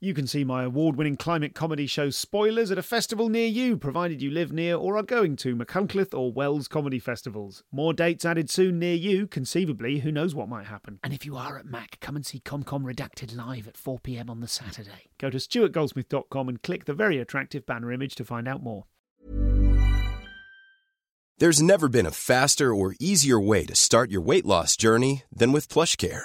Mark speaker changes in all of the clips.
Speaker 1: You can see my award winning climate comedy show Spoilers at a festival near you, provided you live near or are going to McCunclith or Wells comedy festivals. More dates added soon near you, conceivably, who knows what might happen.
Speaker 2: And if you are at Mac, come and see ComCom Redacted live at 4 pm on the Saturday.
Speaker 1: Go to stuartgoldsmith.com and click the very attractive banner image to find out more.
Speaker 3: There's never been a faster or easier way to start your weight loss journey than with PlushCare.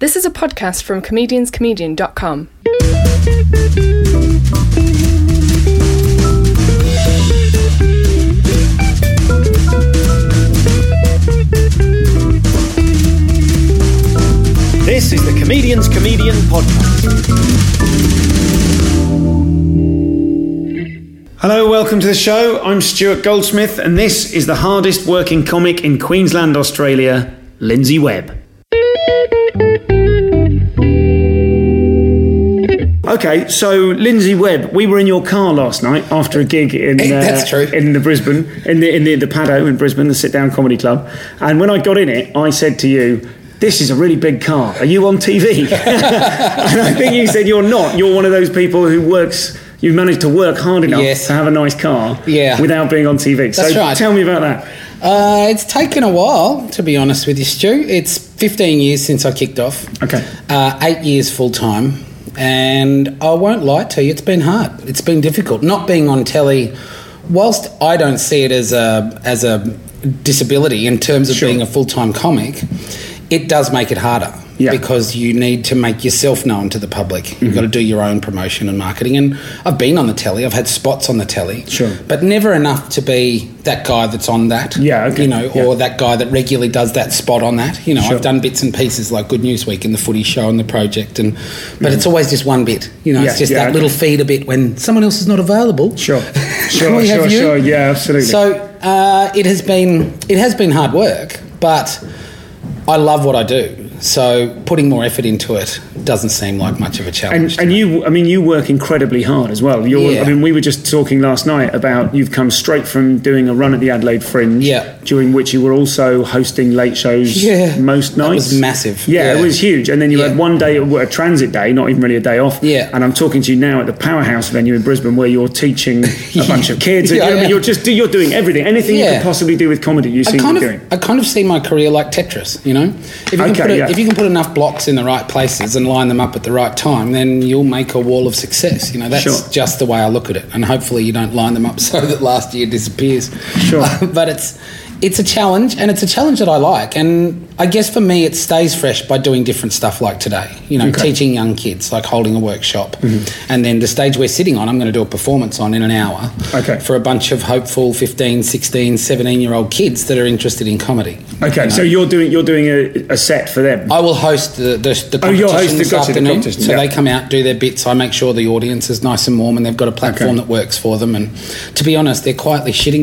Speaker 4: This is a podcast from comedianscomedian.com.
Speaker 5: This is the Comedian's Comedian Podcast.
Speaker 1: Hello, welcome to the show. I'm Stuart Goldsmith, and this is the hardest working comic in Queensland, Australia, Lindsay Webb. Okay, so Lindsay Webb, we were in your car last night after a gig in uh,
Speaker 6: That's true.
Speaker 1: in the Brisbane in the in the, the Paddo in Brisbane, the sit down comedy club. And when I got in it, I said to you. This is a really big car. Are you on TV? and I think you said you're not. You're one of those people who works. You manage to work hard enough
Speaker 6: Yes.
Speaker 1: to have a nice car
Speaker 6: Yeah.
Speaker 1: without being on TV.
Speaker 6: That's
Speaker 1: so
Speaker 6: right.
Speaker 1: tell me about that.
Speaker 6: Uh, it's taken a while, to be honest with you, Stu. It's 15 years since I kicked off.
Speaker 1: Okay.
Speaker 6: Uh, eight years full time. And I won't lie to you, it's been hard. It's been difficult. Not being on telly, whilst I don't see it as a, as a disability in terms of
Speaker 1: Sure.
Speaker 6: being a full time comic, it does make it harder.
Speaker 1: Yeah. Mm-hmm.
Speaker 6: Because you need to make yourself known to the public. You've got to do your own promotion and marketing. And I've been on the telly, I've had spots on the telly.
Speaker 1: Sure.
Speaker 6: But never enough to be that guy that's on that.
Speaker 1: Yeah, okay.
Speaker 6: You know,
Speaker 1: Yeah.
Speaker 6: or that guy that regularly does that spot on that. You know,
Speaker 1: Sure.
Speaker 6: I've done bits and pieces like Good News Week and the Footy Show and the project, and but it's always just one bit. You know,
Speaker 1: Yeah,
Speaker 6: it's just
Speaker 1: yeah,
Speaker 6: that
Speaker 1: okay.
Speaker 6: little feeder bit when someone else is not available.
Speaker 1: Sure. Sure,
Speaker 6: We have
Speaker 1: sure,
Speaker 6: you.
Speaker 1: sure. Yeah, absolutely.
Speaker 6: So uh, it has been it has been hard work, but I love what I do. So putting more effort into it doesn't seem like much of a challenge.
Speaker 1: And, and you, I mean, you work incredibly hard as well. You're, I
Speaker 6: Yeah.
Speaker 1: mean, we were just talking last night about you've come straight from doing a run at the Adelaide Fringe,
Speaker 6: Yeah.
Speaker 1: during which you were also hosting late shows
Speaker 6: Yeah.
Speaker 1: most
Speaker 6: That
Speaker 1: nights.
Speaker 6: was massive.
Speaker 1: Yeah, it
Speaker 6: Yeah.
Speaker 1: was huge. And then you
Speaker 6: Yeah.
Speaker 1: had one day, a transit day, not even really a day off.
Speaker 6: Yeah.
Speaker 1: And I'm talking to you now at the Powerhouse venue in Brisbane where you're teaching a bunch of kids. And,
Speaker 6: Yeah,
Speaker 1: you know,
Speaker 6: yeah.
Speaker 1: You're just you're doing everything. Anything you
Speaker 6: Yeah.
Speaker 1: could possibly do with comedy, you
Speaker 6: I
Speaker 1: seem to
Speaker 6: kind
Speaker 1: be
Speaker 6: of,
Speaker 1: doing.
Speaker 6: I kind of see my career like Tetris. You know, if you, can
Speaker 1: Okay,
Speaker 6: put a,
Speaker 1: yeah.
Speaker 6: if you can put enough blocks in the right places and line them up at the right time, then you'll make a wall of success. You know, that's
Speaker 1: Sure.
Speaker 6: just the way I look at it. And hopefully, you don't line them up so that last year disappears.
Speaker 1: Sure.
Speaker 6: but it's it's a challenge, and it's a challenge that I like. And I guess for me, it stays fresh by doing different stuff like today. You know, teaching young kids, like holding a workshop, and then the stage we're sitting on, I'm going to do a performance on in an hour.
Speaker 1: Okay.
Speaker 6: For a bunch of hopeful 15, 16, 17 year old kids that are interested in comedy.
Speaker 1: Okay, so you're doing you're doing a, a set for them.
Speaker 6: I will host the, the, the
Speaker 1: Oh, you'll
Speaker 6: competition
Speaker 1: host the-
Speaker 6: this
Speaker 1: gotcha, the
Speaker 6: afternoon.
Speaker 1: competition,
Speaker 6: so
Speaker 1: yeah.
Speaker 6: they come out, do their bits. I make sure the audience is nice and warm and they've got a platform
Speaker 1: Okay.
Speaker 6: that works for them. And to be honest, they're quietly shitting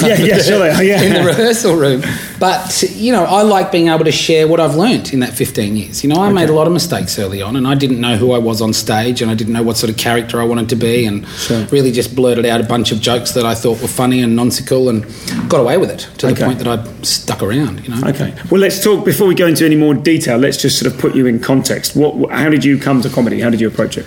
Speaker 1: Yeah, yeah, sure they are, yeah.
Speaker 6: in the rehearsal room. But, you know, I like being able to share what I've learnt in that 15 years. You know, I made a lot of mistakes early on and I didn't know who I was on stage and I didn't know what sort of character I wanted to be and really just blurted out a bunch of jokes that I thought were funny and nonsensical and got away with it to
Speaker 1: Okay.
Speaker 6: the point that I stuck around, you know.
Speaker 1: Okay. Well, let's talk before we go into any more detail. Let's just sort of put you in context. What? How did you come to comedy? How did you approach it?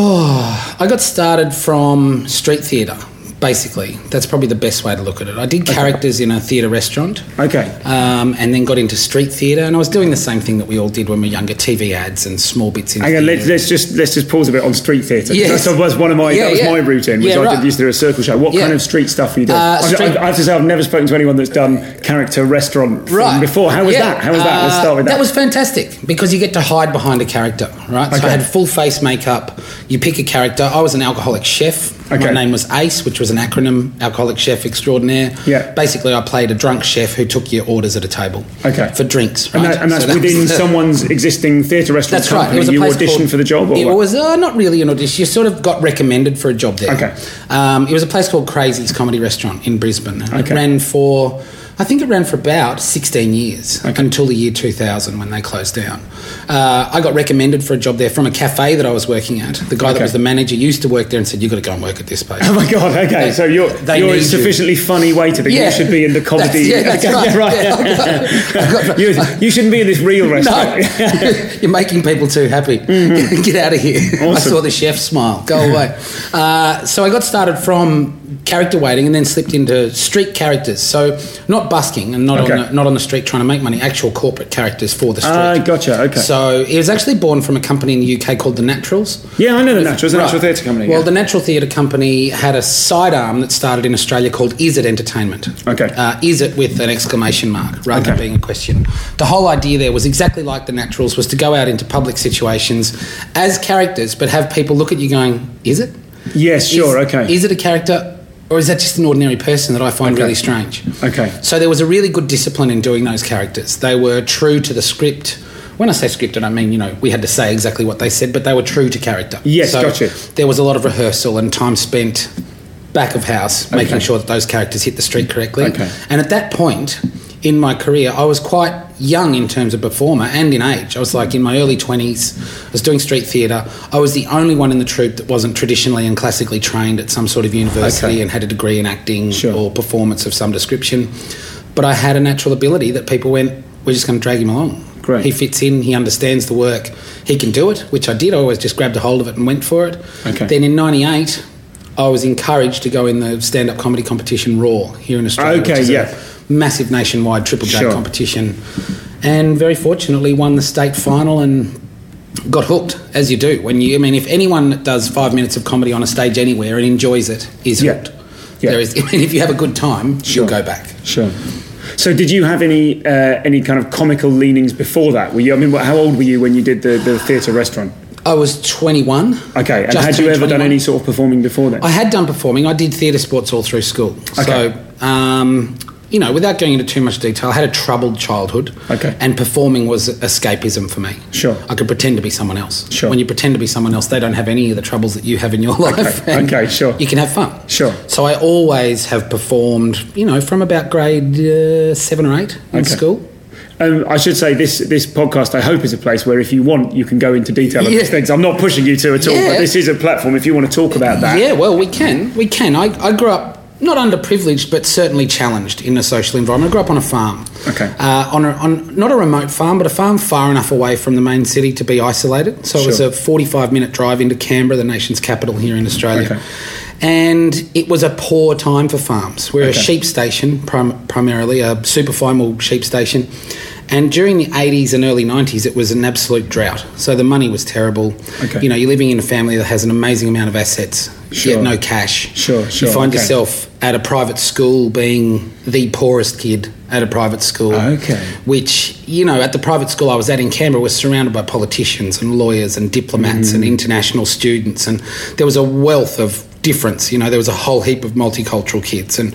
Speaker 6: Oh, I got started from street theatre, basically. That's probably the best way to look at it. I did characters in a theatre restaurant.
Speaker 1: Okay.
Speaker 6: Um, and then got into street theatre, and I was doing the same thing that we all did when we were younger TV ads and small bits in.
Speaker 1: Hang on. Let's,
Speaker 6: theatre.
Speaker 1: let's just let's just pause a bit on street theatre. 'cause
Speaker 6: Yes.
Speaker 1: That was one of my
Speaker 6: Yeah,
Speaker 1: that was
Speaker 6: yeah.
Speaker 1: my route in, which
Speaker 6: Yeah,
Speaker 1: I did
Speaker 6: right.
Speaker 1: used to do a circle show. What
Speaker 6: Yeah.
Speaker 1: kind of street stuff are you doing?
Speaker 6: Uh,
Speaker 1: I've-
Speaker 6: street-
Speaker 1: I've- I have to say, I've never spoken to anyone that's done character restaurant thing
Speaker 6: Right.
Speaker 1: before. How was
Speaker 6: Yeah.
Speaker 1: that? How was that? Let's
Speaker 6: Uh,
Speaker 1: start with that.
Speaker 6: That was fantastic because you get to hide behind a character, right? So
Speaker 1: Okay.
Speaker 6: I had full face makeup. You pick a character. I was an alcoholic chef.
Speaker 1: Okay.
Speaker 6: My name was ACE, which was an acronym, Alcoholic Chef Extraordinaire.
Speaker 1: Yeah.
Speaker 6: Basically, I played a drunk chef who took your orders at a table.
Speaker 1: Okay.
Speaker 6: For drinks,
Speaker 1: And,
Speaker 6: right?
Speaker 1: that, and that's
Speaker 6: So that was
Speaker 1: within
Speaker 6: the-
Speaker 1: someone's existing theatre restaurant
Speaker 6: That's right.
Speaker 1: company.
Speaker 6: It was a
Speaker 1: you
Speaker 6: place
Speaker 1: auditioned
Speaker 6: called-
Speaker 1: for the job, or
Speaker 6: It
Speaker 1: what?
Speaker 6: was uh, not really an audition. You sort of got recommended for a job there.
Speaker 1: Okay.
Speaker 6: Um, it was a place called Crazy's Comedy Restaurant in Brisbane. It
Speaker 1: Okay.
Speaker 6: ran for, I think it ran for about 16 years until the year 2000 when they closed down. Uh, I got recommended for a job there from a cafe that I was working at. The guy that
Speaker 1: Okay.
Speaker 6: was the manager used to work there and said, "You've got to go and work at this place."
Speaker 1: Oh my god! Okay,
Speaker 6: They-
Speaker 1: so you're
Speaker 6: they
Speaker 1: you're a
Speaker 6: need you.
Speaker 1: sufficiently funny waiter that
Speaker 6: Yeah.
Speaker 1: you should be in the comedy.
Speaker 6: That's- yeah, that's
Speaker 1: Okay,
Speaker 6: right. Yeah, I
Speaker 1: yeah,
Speaker 6: got- I got-
Speaker 1: right. you, you shouldn't be in this real restaurant.
Speaker 6: No, you're making people too happy. Get out of here. I
Speaker 1: Mm. Awesome.
Speaker 6: saw the chef smile. Go away. uh, so I got started from character waiting and then slipped into street characters. So not busking and not
Speaker 1: Okay.
Speaker 6: on the, not on the street trying to make money. Actual corporate characters for the street.
Speaker 1: Ah, gotcha, okay.
Speaker 6: So it was actually born from a company in the UK called The Naturals.
Speaker 1: yeah, I know the Natural. It's a
Speaker 6: Right.
Speaker 1: Natural Theatre Company.
Speaker 6: Well,
Speaker 1: yeah.
Speaker 6: the Natural Theatre Company had a sidearm that started in Australia called Is It Entertainment?
Speaker 1: Okay.
Speaker 6: Uh, is it with an exclamation mark rather than
Speaker 1: Okay.
Speaker 6: being a question. The whole idea there was exactly like the Naturals was to go out into public situations as characters, but have people look at you going, "Is it?
Speaker 1: yes, sure,
Speaker 6: Is-
Speaker 1: okay.
Speaker 6: Is it a character?" Or is that just an ordinary person that I find
Speaker 1: Okay.
Speaker 6: really strange?
Speaker 1: Okay.
Speaker 6: So there was a really good discipline in doing those characters. They were true to the script. When I say script, I don't mean, you know, we had to say exactly what they said, but they were true to character.
Speaker 1: Yes, gotcha.
Speaker 6: There was a lot of rehearsal and time spent back of house making sure that those characters hit the street correctly.
Speaker 1: Okay.
Speaker 6: And at that point in my career, I was quite young in terms of performer and in age. I was like in my early 20s, I was doing street theatre. I was the only one in the troupe that wasn't traditionally and classically trained at some sort of university
Speaker 1: Okay.
Speaker 6: and had a degree in acting
Speaker 1: Sure.
Speaker 6: or performance of some description. But I had a natural ability that people went, we're just going to drag him along.
Speaker 1: Great.
Speaker 6: He fits in, he understands the work, he can do it, which I did. I always just grabbed a hold of it and went for it.
Speaker 1: Okay.
Speaker 6: Then in 98, I was encouraged to go in the stand up comedy competition Raw here in Australia.
Speaker 1: Okay,
Speaker 6: which is a
Speaker 1: yeah.
Speaker 6: Massive nationwide Triple J
Speaker 1: Sure.
Speaker 6: competition. And very fortunately, won the state final and got hooked, as you do. When you, I mean, if anyone that does five minutes of comedy on a stage anywhere and enjoys it is
Speaker 1: Yeah.
Speaker 6: hooked.
Speaker 1: Yeah.
Speaker 6: There is, I mean, if you have a good time,
Speaker 1: Sure.
Speaker 6: you'll go back.
Speaker 1: Sure. So, did you have any uh, any kind of comical leanings before that? Were you? I mean, what, how old were you when you did the, the theatre restaurant?
Speaker 6: I was 21.
Speaker 1: Okay, and
Speaker 6: Just
Speaker 1: had you
Speaker 6: turned
Speaker 1: ever done
Speaker 6: 21.
Speaker 1: any sort of performing before then?
Speaker 6: I had done performing. I did theatre sports all through school.
Speaker 1: Okay.
Speaker 6: So, um, you know, without going into too much detail, I had a troubled childhood.
Speaker 1: Okay.
Speaker 6: And performing was escapism for me.
Speaker 1: Sure.
Speaker 6: I could pretend to be someone else.
Speaker 1: Sure.
Speaker 6: When you pretend to be someone else, they don't have any of the troubles that you have in your life. and
Speaker 1: okay, sure.
Speaker 6: You can have fun.
Speaker 1: Sure.
Speaker 6: So I always have performed, you know, from about grade uh, seven or eight in
Speaker 1: Okay.
Speaker 6: school.
Speaker 1: Um, I should say this this podcast I hope is a place where if you want you can go into detail of
Speaker 6: Yeah.
Speaker 1: these things. I'm not pushing you to at all,
Speaker 6: Yeah.
Speaker 1: but this is a platform if you want to talk about that.
Speaker 6: Yeah, well, we can. We can. I, I grew up not underprivileged, but certainly challenged in a social environment. I grew up on a farm.
Speaker 1: Okay.
Speaker 6: Uh, on, a, on not a remote farm, but a farm far enough away from the main city to be isolated. So it was
Speaker 1: Sure.
Speaker 6: a 45 minute drive into Canberra, the nation's capital here in Australia.
Speaker 1: Okay.
Speaker 6: And it was a poor time for farms. We're a
Speaker 1: Okay.
Speaker 6: sheep station, prim- primarily a superfinal sheep station. And during the 80s and early 90s, it was an absolute drought. So the money was terrible.
Speaker 1: Okay.
Speaker 6: You know, you're living in a family that has an amazing amount of assets,
Speaker 1: Sure.
Speaker 6: yet no cash.
Speaker 1: Sure, sure,
Speaker 6: You find
Speaker 1: okay.
Speaker 6: yourself at a private school being the poorest kid at a private school.
Speaker 1: Okay.
Speaker 6: Which, you know, at the private school I was at in Canberra was surrounded by politicians and lawyers and diplomats
Speaker 1: Mm.
Speaker 6: and international students and there was a wealth of difference, you know, there was a whole heap of multicultural kids and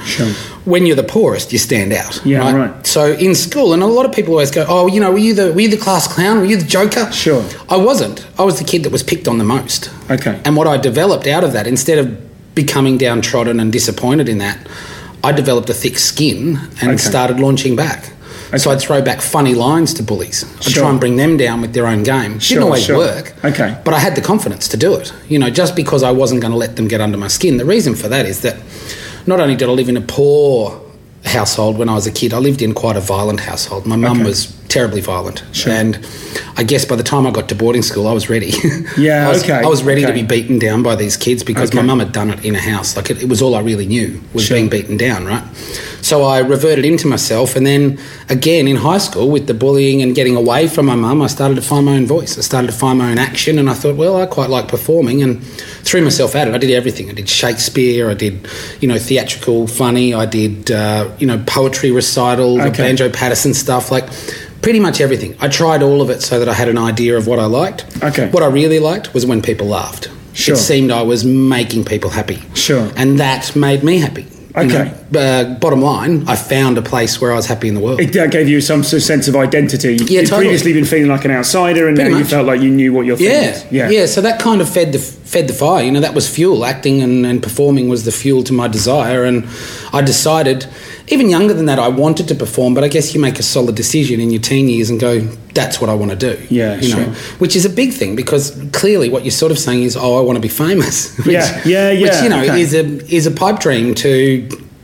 Speaker 6: when you're the poorest you stand out.
Speaker 1: Yeah, right.
Speaker 6: So in school and a lot of people always go, Oh, you know, were you the were you the class clown? Were you the joker?
Speaker 1: Sure.
Speaker 6: I wasn't. I was the kid that was picked on the most.
Speaker 1: Okay.
Speaker 6: And what I developed out of that, instead of becoming downtrodden and disappointed in that, I developed a thick skin and
Speaker 1: Okay.
Speaker 6: started launching back. So I'd throw back funny lines to bullies. I'd
Speaker 1: Sure.
Speaker 6: try and bring them down with their own game. Didn't
Speaker 1: Sure,
Speaker 6: always
Speaker 1: sure.
Speaker 6: work.
Speaker 1: Okay.
Speaker 6: But I had the confidence to do it. You know, just because I wasn't going to let them get under my skin. The reason for that is that not only did I live in a poor household when I was a kid, I lived in quite a violent household. My mum
Speaker 1: Okay.
Speaker 6: was terribly violent. And I guess by the time I got to boarding school, I was ready.
Speaker 1: Yeah,
Speaker 6: I was,
Speaker 1: okay,
Speaker 6: I was ready
Speaker 1: okay.
Speaker 6: to be beaten down by these kids because my
Speaker 1: Okay.
Speaker 6: mum had done it in a house. Like it, it was all I really knew was
Speaker 1: Sure.
Speaker 6: being beaten down, right? So I reverted into myself, and then again in high school with the bullying and getting away from my mum, I started to find my own voice. I started to find my own action, and I thought, well, I quite like performing, and threw myself at it. I did everything. I did Shakespeare. I did, you know, theatrical, funny. I did, uh, you know, poetry recitals,
Speaker 1: Okay.
Speaker 6: banjo Joe Patterson stuff, like pretty much everything. I tried all of it so that I had an idea of what I liked.
Speaker 1: Okay.
Speaker 6: What I really liked was when people laughed.
Speaker 1: Sure.
Speaker 6: it seemed I was making people happy.
Speaker 1: Sure.
Speaker 6: And that made me happy. You
Speaker 1: Okay.
Speaker 6: know, uh, bottom line, I found a place where I was happy in the world.
Speaker 1: It that gave you some sort of sense of identity.
Speaker 6: Yeah,
Speaker 1: You'd
Speaker 6: totally.
Speaker 1: previously been feeling like an outsider, and
Speaker 6: Pretty
Speaker 1: now you
Speaker 6: much.
Speaker 1: felt like you knew what your thing
Speaker 6: yeah,
Speaker 1: was.
Speaker 6: yeah, So that kind of fed the fed the fire. You know, that was fuel. Acting and, and performing was the fuel to my desire. And I decided, even younger than that, I wanted to perform. But I guess you make a solid decision in your teen years and go, "That's what I want to do."
Speaker 1: Yeah,
Speaker 6: you
Speaker 1: sure.
Speaker 6: know, which is a big thing because clearly what you're sort of saying is, "Oh, I want to be famous." which,
Speaker 1: Yeah, yeah, yeah,
Speaker 6: Which you know
Speaker 1: okay.
Speaker 6: is a is a pipe dream to.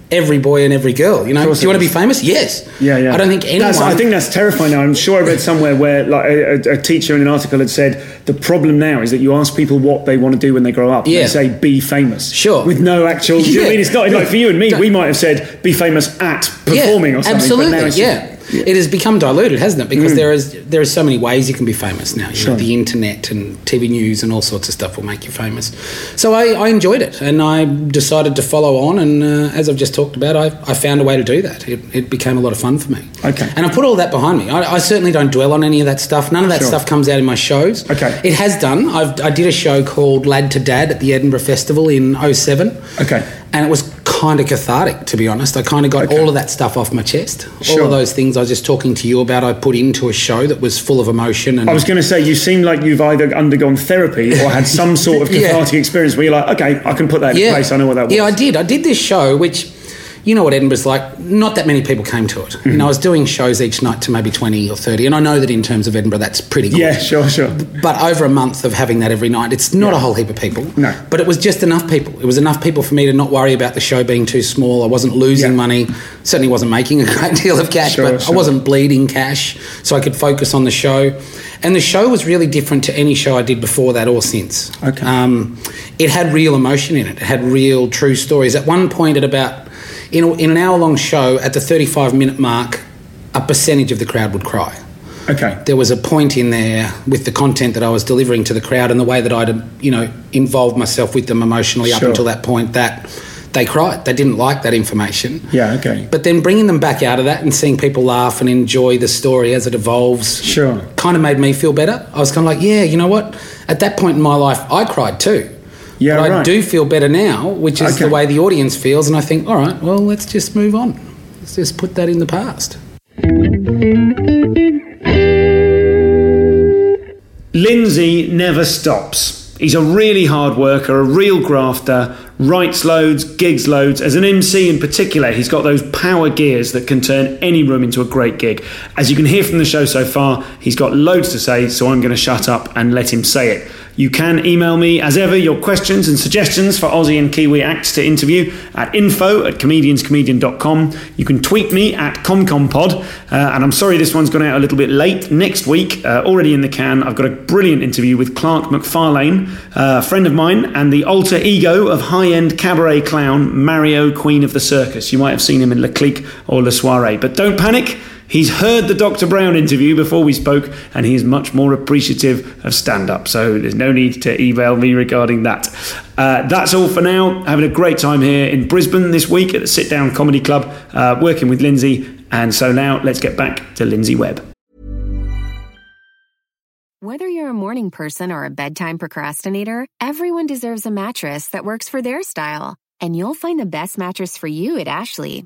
Speaker 6: Every boy and every girl, you know.
Speaker 1: course
Speaker 6: Do you
Speaker 1: it
Speaker 6: want to be
Speaker 1: is.
Speaker 6: famous? Yes.
Speaker 1: Yeah, yeah.
Speaker 6: I don't think anyone.
Speaker 1: That's, I think that's terrifying. Now I'm sure I read somewhere where like a, a- a teacher in an article had said the problem now is that you ask people what they want to do when they grow up. and
Speaker 6: Yeah.
Speaker 1: They say be famous.
Speaker 6: Sure.
Speaker 1: With no actual. do you know what I
Speaker 6: Yeah.
Speaker 1: mean, it's not like for you and me.
Speaker 6: Don't-
Speaker 1: We might have said be famous at performing
Speaker 6: yeah,
Speaker 1: or something. but
Speaker 6: Absolutely,
Speaker 1: now it's- Mm.
Speaker 6: yeah. It has become diluted, hasn't it? Because there is there is so many ways you can be famous now. You know, the internet and TV news and all sorts of stuff will make you famous. So I, I enjoyed it, and I decided to follow on. And uh, as I've just talked about, I, I found a way to do that. It, it became a lot of fun for me.
Speaker 1: Okay.
Speaker 6: And I put all that behind me. I, I certainly don't dwell on any of that stuff. None of that
Speaker 1: Sure.
Speaker 6: stuff comes out in my shows.
Speaker 1: Okay.
Speaker 6: It has done. I've, I did a show called Lad to Dad at the Edinburgh Festival in 07.
Speaker 1: Okay.
Speaker 6: And it was kind of cathartic, to be honest. I kind of got
Speaker 1: Okay.
Speaker 6: all of that stuff off my chest. All
Speaker 1: Sure.
Speaker 6: of those things I was just talking to you about, I put into a show that was full of emotion. And
Speaker 1: I was going to say, you seem like you've either undergone therapy or had some sort of
Speaker 6: Yeah.
Speaker 1: cathartic experience where you're like, okay, I can put that in place. I know what that was.
Speaker 6: Yeah, I did. I did this show, which you know what Edinburgh's like. Not that many people came to it. You
Speaker 1: Mm-hmm.
Speaker 6: know, I was doing shows each night to maybe twenty or thirty, and I know that in terms of Edinburgh, that's pretty good.
Speaker 1: Yeah, sure, sure.
Speaker 6: But over a month of having that every night, it's not a whole heap of people.
Speaker 1: No.
Speaker 6: But it was just enough people. It was enough people for me to not worry about the show being too small. I wasn't losing
Speaker 1: Yeah.
Speaker 6: money. Certainly wasn't making a great deal of cash,
Speaker 1: Sure,
Speaker 6: but
Speaker 1: sure.
Speaker 6: I wasn't bleeding cash, so I could focus on the show. And the show was really different to any show I did before that or since.
Speaker 1: Okay.
Speaker 6: Um, it had real emotion in it. It had real true stories. At one point, at about in, a, in an hour-long show, at the 35-minute mark, a percentage of the crowd would cry
Speaker 1: Okay.
Speaker 6: there was a point in there with the content that I was delivering to the crowd and the way that I'd you know involved myself with them emotionally up
Speaker 1: Sure.
Speaker 6: until that point that they cried they didn't like that information
Speaker 1: Yeah, okay.
Speaker 6: but then bringing them back out of that and seeing people laugh and enjoy the story as it evolves
Speaker 1: Sure.
Speaker 6: kind of made me feel better I was kind of like yeah you know what at that point in my life I cried too
Speaker 1: Yeah,
Speaker 6: but I
Speaker 1: right.
Speaker 6: do feel better now which is the
Speaker 1: Okay.
Speaker 6: way the audience feels and I think all right well let's just move on let's just put that in the past
Speaker 1: Lindsay never stops. He's a really hard worker, a real grafter, writes loads, gigs loads. As an MC in particular, he's got those power gears that can turn any room into a great gig. As you can hear from the show so far, he's got loads to say, so I'm going to shut up and let him say it. You can email me, as ever, your questions and suggestions for Aussie and Kiwi acts to interview at info at comedianscomedian.com. You can tweet me at comcompod. Uh, and I'm sorry this one's gone out a little bit late. Next week, uh, already in the can, I've got a brilliant interview with Clark McFarlane, uh, a friend of mine, and the alter ego of high end cabaret clown Mario Queen of the Circus. You might have seen him in La Clique or La Soiree. But don't panic. He's heard the Dr. Brown interview before we spoke, and he is much more appreciative of stand up. So there's no need to email me regarding that. Uh, that's all for now. Having a great time here in Brisbane this week at the Sit Down Comedy Club, uh, working with Lindsay. And so now let's get back to Lindsay Webb.
Speaker 7: Whether you're a morning person or a bedtime procrastinator, everyone deserves a mattress that works for their style. And you'll find the best mattress for you at Ashley.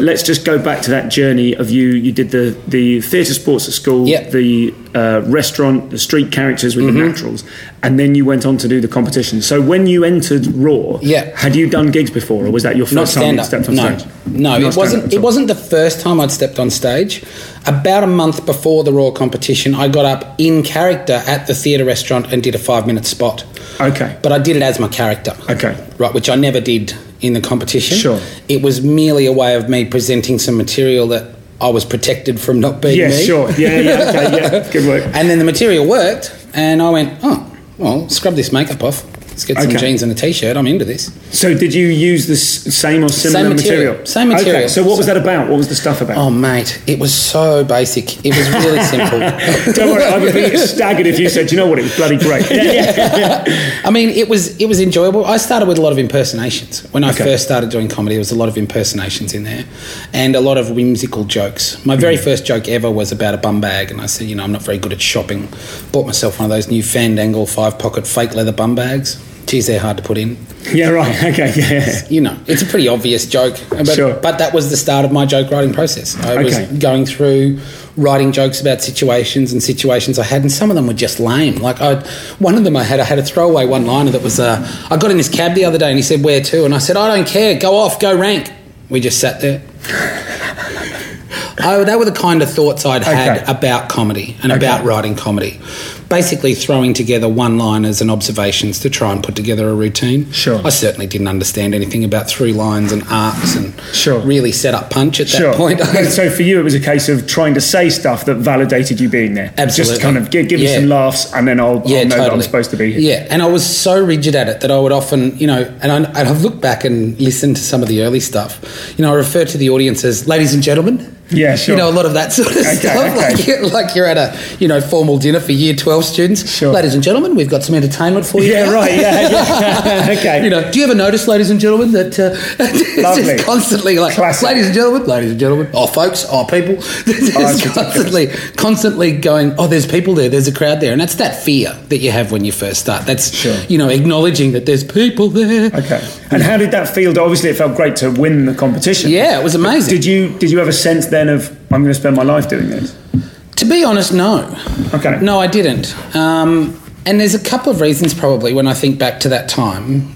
Speaker 1: Let's just go back to that journey of you. You did the, the theatre sports at school,
Speaker 6: Yep.
Speaker 1: the uh, restaurant, the street characters with
Speaker 6: Mm-hmm.
Speaker 1: the naturals, and then you went on to do the competition. So when you entered Raw,
Speaker 6: Yeah.
Speaker 1: had you done gigs before, or was that your first
Speaker 6: not
Speaker 1: time
Speaker 6: stand
Speaker 1: you
Speaker 6: up.
Speaker 1: stepped on
Speaker 6: No,
Speaker 1: stage?
Speaker 6: no,
Speaker 1: Not
Speaker 6: it wasn't.
Speaker 1: stand-up at
Speaker 6: It
Speaker 1: all.
Speaker 6: wasn't the first time I'd stepped on stage. About a month before the Raw competition, I got up in character at the theatre restaurant and did a five minute spot.
Speaker 1: Okay.
Speaker 6: But I did it as my character.
Speaker 1: Okay.
Speaker 6: Right, which I never did in the competition.
Speaker 1: Sure.
Speaker 6: It was merely a way of me presenting some material that I was protected from not being
Speaker 1: Yeah,
Speaker 6: me.
Speaker 1: sure. Yeah, yeah, okay, yeah. Good work.
Speaker 6: And then the material worked, and I went, oh, well, scrub this makeup off. Let's get some
Speaker 1: Okay.
Speaker 6: jeans and a t-shirt. I'm into this.
Speaker 1: So did you use the s- same or similar
Speaker 6: Same material. Same material.
Speaker 1: Okay, so what was
Speaker 6: So-
Speaker 1: that about? What was the stuff about?
Speaker 6: Oh mate, it was so basic. It was really simple.
Speaker 1: Don't worry, I would be staggered if you said, "Do you know what, it was bloody great. Yeah, yeah.
Speaker 6: I mean, it was it was enjoyable. I started with a lot of impersonations when I first started doing comedy. There was a lot of impersonations in there, and a lot of whimsical jokes. My
Speaker 1: Mm.
Speaker 6: very first joke ever was about a bum bag, and I said, you know, I'm not very good at shopping. Bought myself one of those new Fandangle five pocket fake leather bum bags. Geez, they're hard to put in.
Speaker 1: yeah, right. Okay, yeah.
Speaker 6: You know, it's a pretty obvious joke, but,
Speaker 1: Sure.
Speaker 6: but that was the start of my joke writing process. I
Speaker 1: Okay.
Speaker 6: was going through writing jokes about situations and situations I had, and some of them were just lame. Like I, one of them I had, I had a throwaway one liner that was, uh, I got in this cab the other day, and he said, "Where to?" And I said, "I don't care. Go off. Go rank." We just sat there. Oh, they were the kind of thoughts I'd had
Speaker 1: Okay.
Speaker 6: about comedy and about writing comedy. Basically, throwing together one liners and observations to try and put together a routine.
Speaker 1: Sure.
Speaker 6: I certainly didn't understand anything about through lines and arcs and
Speaker 1: Sure.
Speaker 6: really set up punch at that
Speaker 1: Sure.
Speaker 6: point.
Speaker 1: so for you, it was a case of trying to say stuff that validated you being there.
Speaker 6: Absolutely.
Speaker 1: Just kind of give, give me
Speaker 6: Yeah.
Speaker 1: some laughs, and then I'll, I'll know that I'm supposed to be here.
Speaker 6: Yeah, and I was so rigid at it that I would often, you know, and, I, and I've looked back and listened to some of the early stuff. You know, I refer to the audience as ladies and gentlemen.
Speaker 1: Yeah, sure.
Speaker 6: You know, a lot of that sort of
Speaker 1: Okay,
Speaker 6: stuff.
Speaker 1: okay.
Speaker 6: Like, you're, like you're at a, you know, formal dinner for year 12 students.
Speaker 1: Sure.
Speaker 6: Ladies and gentlemen, we've got some entertainment for you.
Speaker 1: Yeah,
Speaker 6: now.
Speaker 1: right. Yeah, yeah. okay.
Speaker 6: You know, do you ever notice, ladies and gentlemen, that uh, it's
Speaker 1: Lovely.
Speaker 6: just constantly like,
Speaker 1: Classic.
Speaker 6: ladies and gentlemen, ladies and gentlemen, oh folks, oh people, It's
Speaker 1: Oh, it's
Speaker 6: constantly, constantly going, oh, there's people there, there's a crowd there, and that's that fear that you have when you first start. That's
Speaker 1: Sure.
Speaker 6: you know acknowledging that there's people there.
Speaker 1: Okay. And how did that feel? Obviously, it felt great to win the competition.
Speaker 6: Yeah, it was amazing.
Speaker 1: Did you did you have a sense then of I'm going to spend my life doing this?
Speaker 6: To be honest, no.
Speaker 1: Okay.
Speaker 6: No, I didn't. Um, and there's a couple of reasons, probably, when I think back to that time.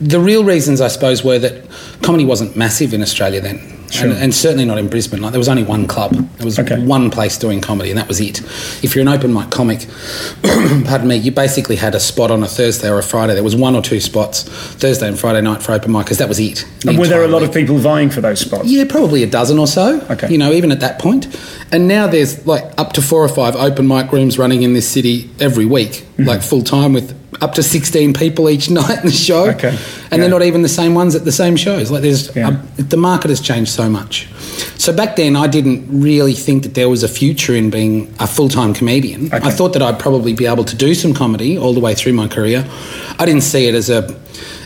Speaker 6: The real reasons, I suppose, were that comedy wasn't massive in Australia then. And, and certainly not in Brisbane. Like there was only one club. There was
Speaker 1: Okay.
Speaker 6: one place doing comedy, and that was it. If you're an open mic comic, pardon me, you basically had a spot on a Thursday or a Friday. There was one or two spots Thursday and Friday night for open micers. That was it. The
Speaker 1: And were there a
Speaker 6: entire
Speaker 1: lot
Speaker 6: week.
Speaker 1: of people vying for those spots?
Speaker 6: Yeah, probably a dozen or so.
Speaker 1: Okay.
Speaker 6: You know, even at that point. And now there's like up to four or five open mic rooms running in this city every week,
Speaker 1: Mm-hmm.
Speaker 6: like full time with up to 16 people each night in the show.
Speaker 1: Okay.
Speaker 6: And
Speaker 1: Yeah.
Speaker 6: they're not even the same ones at the same shows. Like there's,
Speaker 1: Yeah.
Speaker 6: uh, the market has changed so much. So back then, I didn't really think that there was a future in being a full time comedian.
Speaker 1: Okay.
Speaker 6: I thought that I'd probably be able to do some comedy all the way through my career. I didn't see it as a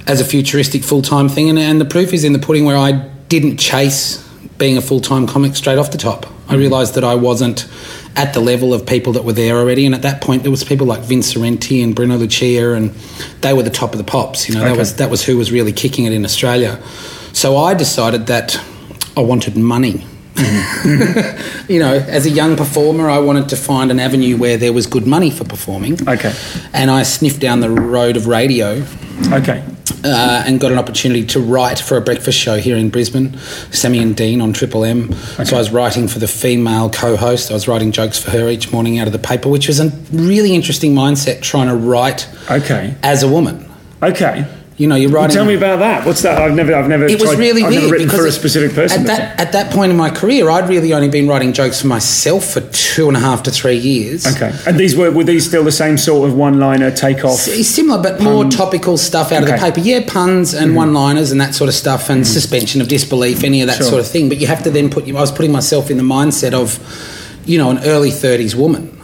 Speaker 6: as a futuristic full time thing, and, and the proof is in the pudding where I didn't chase being a full time comic straight off the top. I realised that I wasn't at the level of people that were there already, and at that point there was people like Vince Sorrenti and Bruno Lucia, and they were the top of the pops. You know, that was that was who was really kicking it in Australia. So I decided that I wanted money you know, as a young performer, I wanted to find an avenue where there was good money for performing.
Speaker 1: Okay.
Speaker 6: And I sniffed down the road of radio
Speaker 1: Okay.
Speaker 6: uh, and got an opportunity to write for a breakfast show here in Brisbane, Sammy and Dean on Triple M. So I was writing for the female co-host. I was writing jokes for her each morning out of the paper, which was a really interesting mindset trying to write
Speaker 1: Okay.
Speaker 6: as a woman.
Speaker 1: Okay.
Speaker 6: You know, you're
Speaker 1: Well,
Speaker 6: writing.
Speaker 1: tell me about that. What's that? I've never, I've never.
Speaker 6: it was
Speaker 1: tried-
Speaker 6: really
Speaker 1: I've
Speaker 6: weird
Speaker 1: never written
Speaker 6: because
Speaker 1: for a
Speaker 6: it-
Speaker 1: specific person.
Speaker 6: At
Speaker 1: before.
Speaker 6: that, at that point in my career, I'd really only been writing jokes for myself for two and a half to three years.
Speaker 1: Okay. And these were were these still the same sort of one-liner takeoff?
Speaker 6: S- It's similar, but more topical stuff out of
Speaker 1: okay. Mm-hmm.
Speaker 6: the paper. Yeah, puns and one-liners and that sort of stuff, and suspension of disbelief, any of that
Speaker 1: Sure.
Speaker 6: sort of thing. But you have to then put. I was putting myself in the mindset of, you know, an early thirties woman,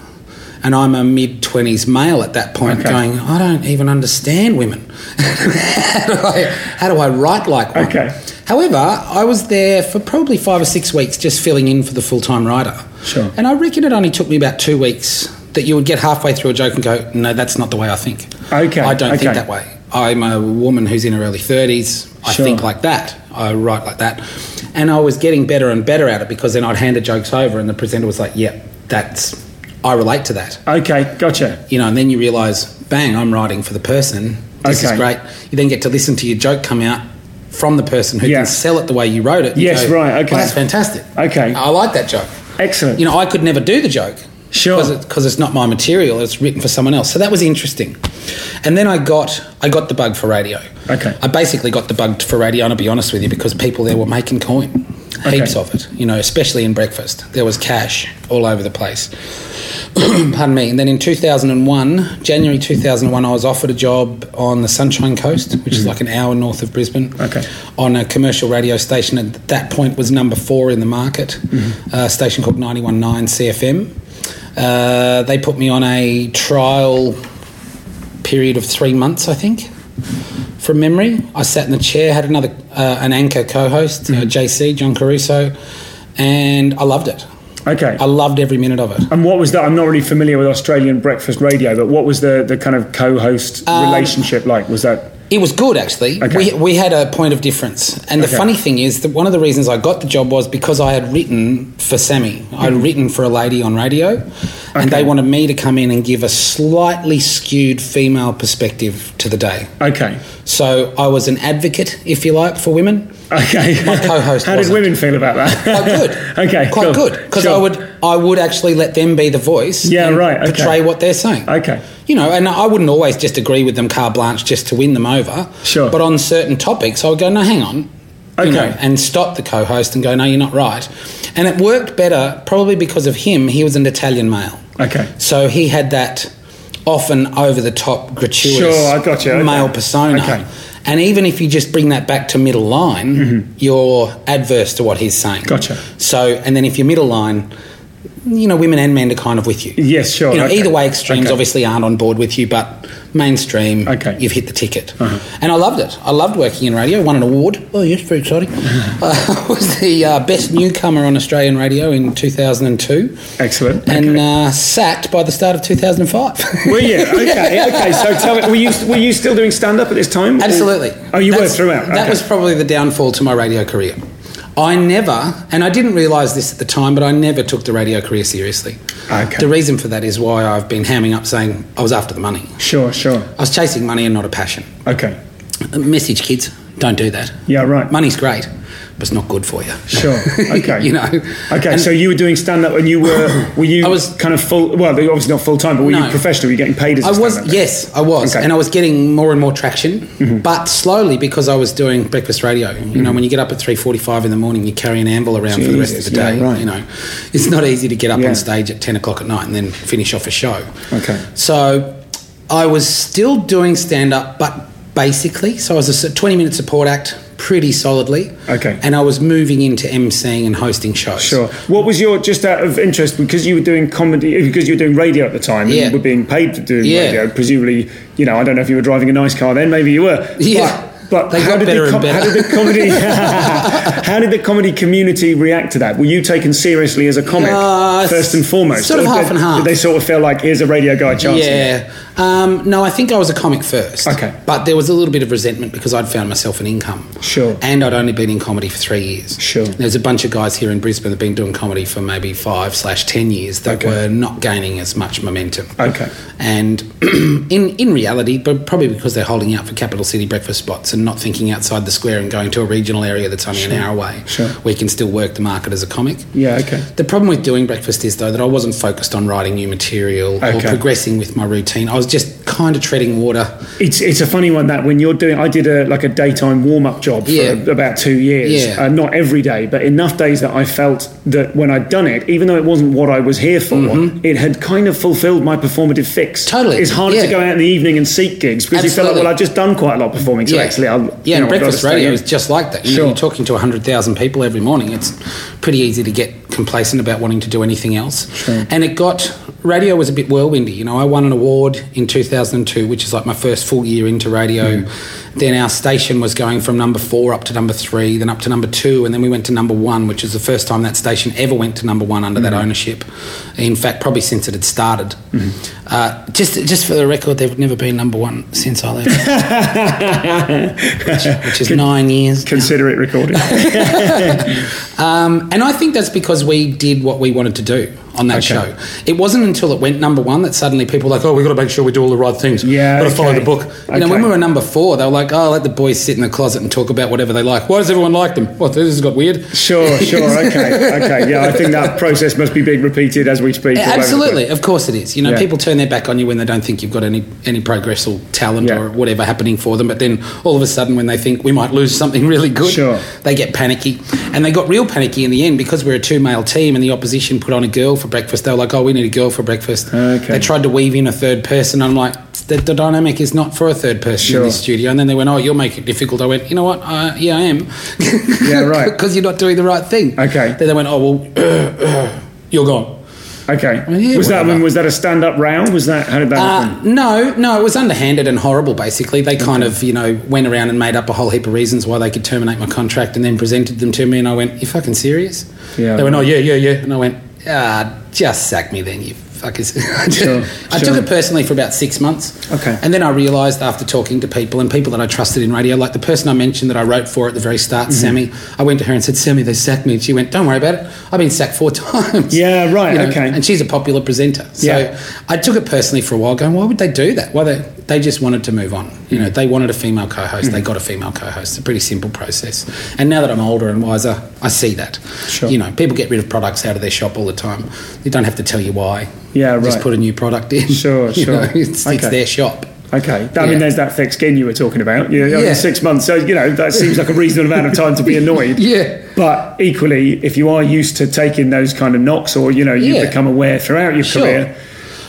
Speaker 6: and I'm a mid twenties male at that point,
Speaker 1: Okay.
Speaker 6: going, I don't even understand women. how, do I, how do I write like one?
Speaker 1: Okay.
Speaker 6: However, I was there for probably five or six weeks, just filling in for the full-time writer.
Speaker 1: Sure.
Speaker 6: And I reckon it only took me about two weeks that you would get halfway through a joke and go, no, that's not the way I think.
Speaker 1: Okay,
Speaker 6: I don't
Speaker 1: okay.
Speaker 6: think that way. I'm a woman who's in her early 30s. I
Speaker 1: Sure.
Speaker 6: think like that. I write like that. And I was getting better and better at it because then I'd hand the jokes over and the presenter was like, yeah, that's, I relate to that.
Speaker 1: Okay. Gotcha.
Speaker 6: You know, and then you realise, bang, I'm writing for the person. This
Speaker 1: Okay.
Speaker 6: is great. You then get to listen to your joke come out from the person who
Speaker 1: Yeah.
Speaker 6: can sell it the way you wrote it. You
Speaker 1: Yes,
Speaker 6: go,
Speaker 1: right, okay.
Speaker 6: "Well, that's fantastic.
Speaker 1: Okay.
Speaker 6: I like that joke
Speaker 1: Excellent.
Speaker 6: you know, I could never do the joke.
Speaker 1: Sure.
Speaker 6: Because it's not my material. It's written for someone else. So that was interesting. And then I got I got the bug for radio.
Speaker 1: Okay.
Speaker 6: I basically got the bug for radio. And I'll be honest with you, because people there were making coin. heaps of it. You know, especially in breakfast, there was cash all over the place. Pardon me. And then in 2001, January 2001, I was offered a job on the Sunshine Coast, which
Speaker 1: Mm.
Speaker 6: is like an hour north of Brisbane.
Speaker 1: Okay.
Speaker 6: On a commercial radio station at that point was number four in the market, a station called 919 CFM. Uh, they put me on a trial period of three months, I think, from memory. I sat in the chair, had another uh, an anchor co-host, uh, JC John Caruso, and I loved it.
Speaker 1: Okay.
Speaker 6: I loved every minute of it.
Speaker 1: and what was that? I'm not really familiar with Australian breakfast radio, but what was the, the kind of co host
Speaker 6: Um,
Speaker 1: relationship like? Was that.
Speaker 6: It was good, actually.
Speaker 1: Okay.
Speaker 6: We, we had a point of difference. And the
Speaker 1: Okay.
Speaker 6: funny thing is that one of the reasons I got the job was because I had written for Sammy. I'd
Speaker 1: Mm-hmm.
Speaker 6: written for a lady on radio, and they wanted me to come in and give a slightly skewed female perspective to the day.
Speaker 1: Okay.
Speaker 6: So I was an advocate, if you like, for women.
Speaker 1: Okay.
Speaker 6: My co-host
Speaker 1: How
Speaker 6: wasn't.
Speaker 1: did women feel about that?
Speaker 6: Quite good.
Speaker 1: okay.
Speaker 6: Quite
Speaker 1: cool.
Speaker 6: good. Because
Speaker 1: Sure.
Speaker 6: I would I would actually let them be the voice.
Speaker 1: Yeah,
Speaker 6: and
Speaker 1: right, okay.
Speaker 6: Portray what they're saying.
Speaker 1: Okay.
Speaker 6: You know, and I wouldn't always just agree with them carte blanche just to win them over.
Speaker 1: Sure.
Speaker 6: But on certain topics, I would go, no, hang on.
Speaker 1: Okay.
Speaker 6: You know, and stop the co-host and go, no, you're not right. And it worked better probably because of him. He was an Italian male.
Speaker 1: Okay.
Speaker 6: So he had that often over the top, gratuitous
Speaker 1: Sure, I got you, okay.
Speaker 6: male persona.
Speaker 1: Okay.
Speaker 6: And even if you just bring that back to middle line, you're adverse to what he's saying.
Speaker 1: Mm-hmm. Gotcha.
Speaker 6: So, and then if you're middle line, you know, women and men are kind of with you.
Speaker 1: Yes, sure.
Speaker 6: You know,
Speaker 1: okay.
Speaker 6: either way, extremes
Speaker 1: Okay.
Speaker 6: obviously aren't on board with you, but mainstream,
Speaker 1: Okay. Uh-huh.
Speaker 6: you've hit the ticket. And I loved it. I loved working in radio. Won an award. Oh, yes, very exciting. uh, was the uh, best newcomer on Australian radio in 2002
Speaker 1: Excellent.
Speaker 6: and
Speaker 1: okay.
Speaker 6: uh, sacked by the start of 2005.
Speaker 1: Were you? Okay, okay. So tell me, were you were you still doing stand up at this time? or-
Speaker 6: Absolutely.
Speaker 1: Oh, you
Speaker 6: That's-
Speaker 1: were throughout.
Speaker 6: That
Speaker 1: okay.
Speaker 6: was probably the downfall to my radio career. I never, and I didn't realise this at the time, but I never took the radio career seriously.
Speaker 1: Okay.
Speaker 6: The reason for that is why I've been hamming up saying I was after the money.
Speaker 1: sure, sure.
Speaker 6: I was chasing money and not a passion.
Speaker 1: Okay.
Speaker 6: Message kids, don't do that.
Speaker 1: Yeah, right.
Speaker 6: Money's great, but it's not good for you.
Speaker 1: Sure. Okay.
Speaker 6: you know.
Speaker 1: Okay.
Speaker 6: And-
Speaker 1: so you were doing stand up, and you were were you
Speaker 6: I was-
Speaker 1: kind of full. Well, obviously not full time, but were
Speaker 6: No.
Speaker 1: you professional? Were you getting paid as a
Speaker 6: I was,
Speaker 1: stand-up?
Speaker 6: yes, I was,
Speaker 1: Okay. Mm-hmm.
Speaker 6: and I was getting more and more traction, but slowly because I was doing breakfast radio. You know, when you get up at three forty-five in the morning, you carry an amble around for the rest of
Speaker 1: Jesus,
Speaker 6: the
Speaker 1: yeah,
Speaker 6: day.
Speaker 1: right.
Speaker 6: You know, it's not easy to get up
Speaker 1: Yeah.
Speaker 6: on stage at ten o'clock at night and then finish off a show.
Speaker 1: Okay.
Speaker 6: so I was still doing stand-up, but basically, so I was a s- twenty-minute support act, pretty solidly.
Speaker 1: Okay.
Speaker 6: and I was moving into emceeing and hosting shows.
Speaker 1: Sure. What was your just out of interest because you were doing comedy because you were doing radio at the time and
Speaker 6: Yeah.
Speaker 1: you were being paid to do
Speaker 6: Yeah.
Speaker 1: radio. Presumably, you know, I don't know if you were driving a nice car then. Maybe you were.
Speaker 6: Yeah.
Speaker 1: But, but
Speaker 6: They
Speaker 1: how,
Speaker 6: got
Speaker 1: did
Speaker 6: better
Speaker 1: the
Speaker 6: and
Speaker 1: com-
Speaker 6: better.
Speaker 1: how did the comedy? how did the comedy community react to that? Were you taken seriously as a comic
Speaker 6: Uh,
Speaker 1: first and foremost?
Speaker 6: sort of
Speaker 1: Or
Speaker 6: half
Speaker 1: did,
Speaker 6: and half.
Speaker 1: Did they sort of feel like here's a radio guy chance?
Speaker 6: Yeah. Um, no, I think I was a comic first.
Speaker 1: Okay.
Speaker 6: But there was a little bit of resentment because I'd found myself an income.
Speaker 1: Sure.
Speaker 6: And I'd only been in comedy for three years.
Speaker 1: Sure.
Speaker 6: There's a bunch of guys here in Brisbane that have been doing comedy for maybe five slash ten years that
Speaker 1: Okay.
Speaker 6: were not gaining as much momentum.
Speaker 1: Okay.
Speaker 6: And in in reality, but probably because they're holding out for capital city breakfast spots and not thinking outside the square and going to a regional area that's only an hour away,
Speaker 1: Sure.
Speaker 6: we can still work the market as a comic.
Speaker 1: Yeah. Okay.
Speaker 6: The problem with doing breakfast is though that I wasn't focused on writing new material or
Speaker 1: Okay.
Speaker 6: progressing with my routine. I was just kind of treading water.
Speaker 1: It's it's a funny one that when you're doing, I did a like a daytime warm up job for
Speaker 6: Yeah.
Speaker 1: about two years.
Speaker 6: Yeah.
Speaker 1: Uh, not every day, but enough days that I felt that when I'd done it, even though it wasn't what I was here for, it had kind of fulfilled my performative fix.
Speaker 6: Mm-hmm. Totally,
Speaker 1: it's harder
Speaker 6: yeah.
Speaker 1: to go out in the evening and seek gigs because you feel
Speaker 6: Absolutely.
Speaker 1: like, well, I've just done quite a lot performing, so actually, I'll
Speaker 6: yeah.
Speaker 1: you know,
Speaker 6: And
Speaker 1: I've gotta
Speaker 6: breakfast
Speaker 1: stay
Speaker 6: radio
Speaker 1: in.
Speaker 6: is just like that. You
Speaker 1: Sure.
Speaker 6: know, you're talking to hundred thousand people every morning. It's pretty easy to get complacent about wanting to do anything else. And it got radio was a bit whirlwindy. You know, I won an award in 2002, which is like my first full year into radio.
Speaker 1: Hmm.
Speaker 6: Then our station was going from number four up to number three, then up to number two, and then we went to number one, which is the first time that station ever went to number one under
Speaker 1: Hmm.
Speaker 6: that ownership. In fact, probably since it had started. Uh, just, just for the record, they've never been number one since I left which is nine years.
Speaker 1: Consider it recorded.
Speaker 6: Um, and I think that's because we did what we wanted to do. on that
Speaker 1: Okay.
Speaker 6: show. It wasn't until it went number one that suddenly people were like, oh, we've got to make sure we do all the right things.
Speaker 1: Yeah,
Speaker 6: got to follow
Speaker 1: okay.
Speaker 6: the book. You know, when
Speaker 1: Okay.
Speaker 6: we were number four, they were like, oh, let the boys sit in the closet and talk about whatever they like. Why does everyone like them? What, this has got weird.
Speaker 1: Sure, sure, okay, okay. Yeah, I think that process must be being repeated as we speak. all over the
Speaker 6: Absolutely,
Speaker 1: place.
Speaker 6: of course it is. You know,
Speaker 1: Yeah.
Speaker 6: people turn their back on you when they don't think you've got any any progress or talent
Speaker 1: Yeah.
Speaker 6: or whatever happening for them. But then all of a sudden, when they think we might lose something really good,
Speaker 1: Sure.
Speaker 6: they get panicky, and they got real panicky in the end because we're a two male team and the opposition put on a girl for breakfast. They were like, "Oh, we need a girl for breakfast."
Speaker 1: Okay.
Speaker 6: They tried to weave in a third person. I'm like. The, the dynamic is not for a third person
Speaker 1: Sure.
Speaker 6: in this studio, and then they went, "Oh, you'll make it difficult." I went, "You know what? Uh, yeah, I am."
Speaker 1: Yeah, right.
Speaker 6: Because you're not doing the right thing.
Speaker 1: Okay.
Speaker 6: Then they went, "Oh well, you're gone."
Speaker 1: Okay.
Speaker 6: Yeah,
Speaker 1: was that
Speaker 6: whatever.
Speaker 1: when was that a stand up round? Was that how did that
Speaker 6: Uh,
Speaker 1: happen?
Speaker 6: no, no, it was underhanded and horrible. Basically, they kind of you know went around and made up a whole heap of reasons why they could terminate my contract, and then presented them to me, and I went, "You fucking serious?"
Speaker 1: Yeah,
Speaker 6: They went, "Oh
Speaker 1: right.
Speaker 6: yeah, yeah, yeah," and I went, "Ah, just sack me then, you fuckers." I just-
Speaker 1: Sure,
Speaker 6: I
Speaker 1: sure.
Speaker 6: took it personally for about six months.
Speaker 1: Okay.
Speaker 6: And then I realised after talking to people and people that I trusted in radio, like the person I mentioned that I wrote for at the very start,
Speaker 1: Mm-hmm.
Speaker 6: Sammy. I went to her and said, "Sammy, they sacked me," and she went, "Don't worry about it. I've been sacked four times."
Speaker 1: Yeah, right, okay.
Speaker 6: And she's a popular presenter, so
Speaker 1: Yeah.
Speaker 6: I took it personally for a while, going, why would they do that? Why they they just wanted to move on. You
Speaker 1: Mm.
Speaker 6: know, they wanted a female co-host. They got a female co-host. It's a pretty simple process. And now that I'm older and wiser, I see that.
Speaker 1: Sure.
Speaker 6: You know, people get rid of products out of their shop all the time. They don't have to tell you why.
Speaker 1: Yeah,
Speaker 6: Just
Speaker 1: right.
Speaker 6: put a new product in.
Speaker 1: Sure,
Speaker 6: You
Speaker 1: sure.
Speaker 6: know, it's, it's
Speaker 1: Okay.
Speaker 6: their shop.
Speaker 1: Okay. I mean,
Speaker 6: yeah.
Speaker 1: there's that thick skin you were talking about. You know,
Speaker 6: Yeah.
Speaker 1: Six months. So, you know, that seems like a reasonable amount of time to be annoyed.
Speaker 6: Yeah.
Speaker 1: But equally, if you are used to taking those kind of knocks or, you know, you
Speaker 6: Yeah.
Speaker 1: become aware throughout your
Speaker 6: Sure.
Speaker 1: career.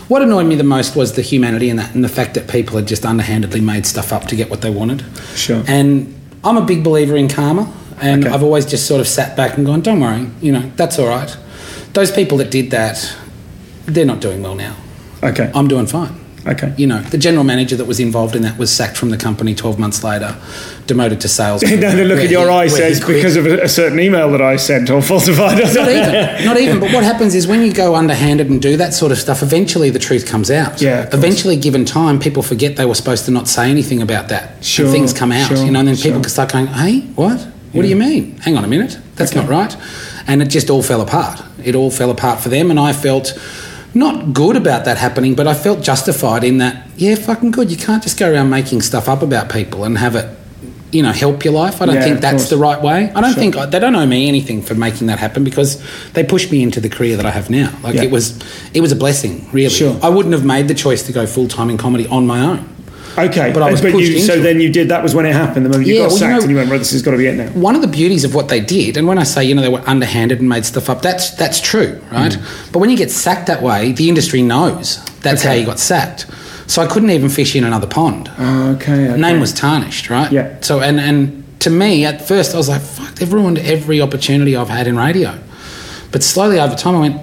Speaker 6: What annoyed me the most was the humanity in that and the fact that people had just underhandedly made stuff up to get what they wanted.
Speaker 1: Sure.
Speaker 6: And I'm a big believer in karma, and
Speaker 1: Okay.
Speaker 6: I've always just sort of sat back and gone, don't worry, you know, that's all right. Those people that did that, they're not doing well now.
Speaker 1: Okay.
Speaker 6: I'm doing fine.
Speaker 1: okay.
Speaker 6: You know, the general manager that was involved in that was sacked from the company 12 months later, demoted to sales.
Speaker 1: no, the look in your eye says because of a, a certain email that I sent or falsified. or
Speaker 6: not
Speaker 1: something.
Speaker 6: even, not even. But what happens is when you go underhanded and do that sort of stuff, eventually the truth comes out.
Speaker 1: Yeah, of course.
Speaker 6: Eventually, given time, people forget they were supposed to not say anything about that. And
Speaker 1: Sure,
Speaker 6: things come out,
Speaker 1: sure,
Speaker 6: you know, and then
Speaker 1: sure.
Speaker 6: people can start going, "Hey, what? What do you mean? Hang on a minute, that's not right." And it just all fell apart. It all fell apart for them, and I felt. Not good about that happening, but I felt justified in that, yeah, fucking good. You can't just go around making stuff up about people and have it, you know, help your life. I don't
Speaker 1: Yeah,
Speaker 6: think
Speaker 1: of
Speaker 6: that's
Speaker 1: course.
Speaker 6: the right way. I don't
Speaker 1: Sure.
Speaker 6: think they don't owe me anything for making that happen because they pushed me into the career that I have now. Like
Speaker 1: Yeah.
Speaker 6: it was, it was a blessing, really.
Speaker 1: Sure.
Speaker 6: I wouldn't have made the choice to go full time in comedy on my own.
Speaker 1: Okay,
Speaker 6: But I was pushed
Speaker 1: you, so
Speaker 6: into it.
Speaker 1: then you did. That was when it happened. The moment you
Speaker 6: Yeah,
Speaker 1: got
Speaker 6: well, you
Speaker 1: sacked
Speaker 6: know-
Speaker 1: and you went, "Right, this has got to be it now."
Speaker 6: One of the beauties of what they did, and when I say you know they were underhanded and made stuff up, that's that's true, right? But when you get sacked that way, the industry knows that's how
Speaker 1: Mm. Okay.
Speaker 6: you got sacked. So I couldn't even fish in another pond.
Speaker 1: Ah. Okay, Oh, okay.
Speaker 6: name was tarnished, right?
Speaker 1: Yeah.
Speaker 6: So and and to me at first I was like, fuck, they've ruined every opportunity I've had in radio. But slowly over time I went,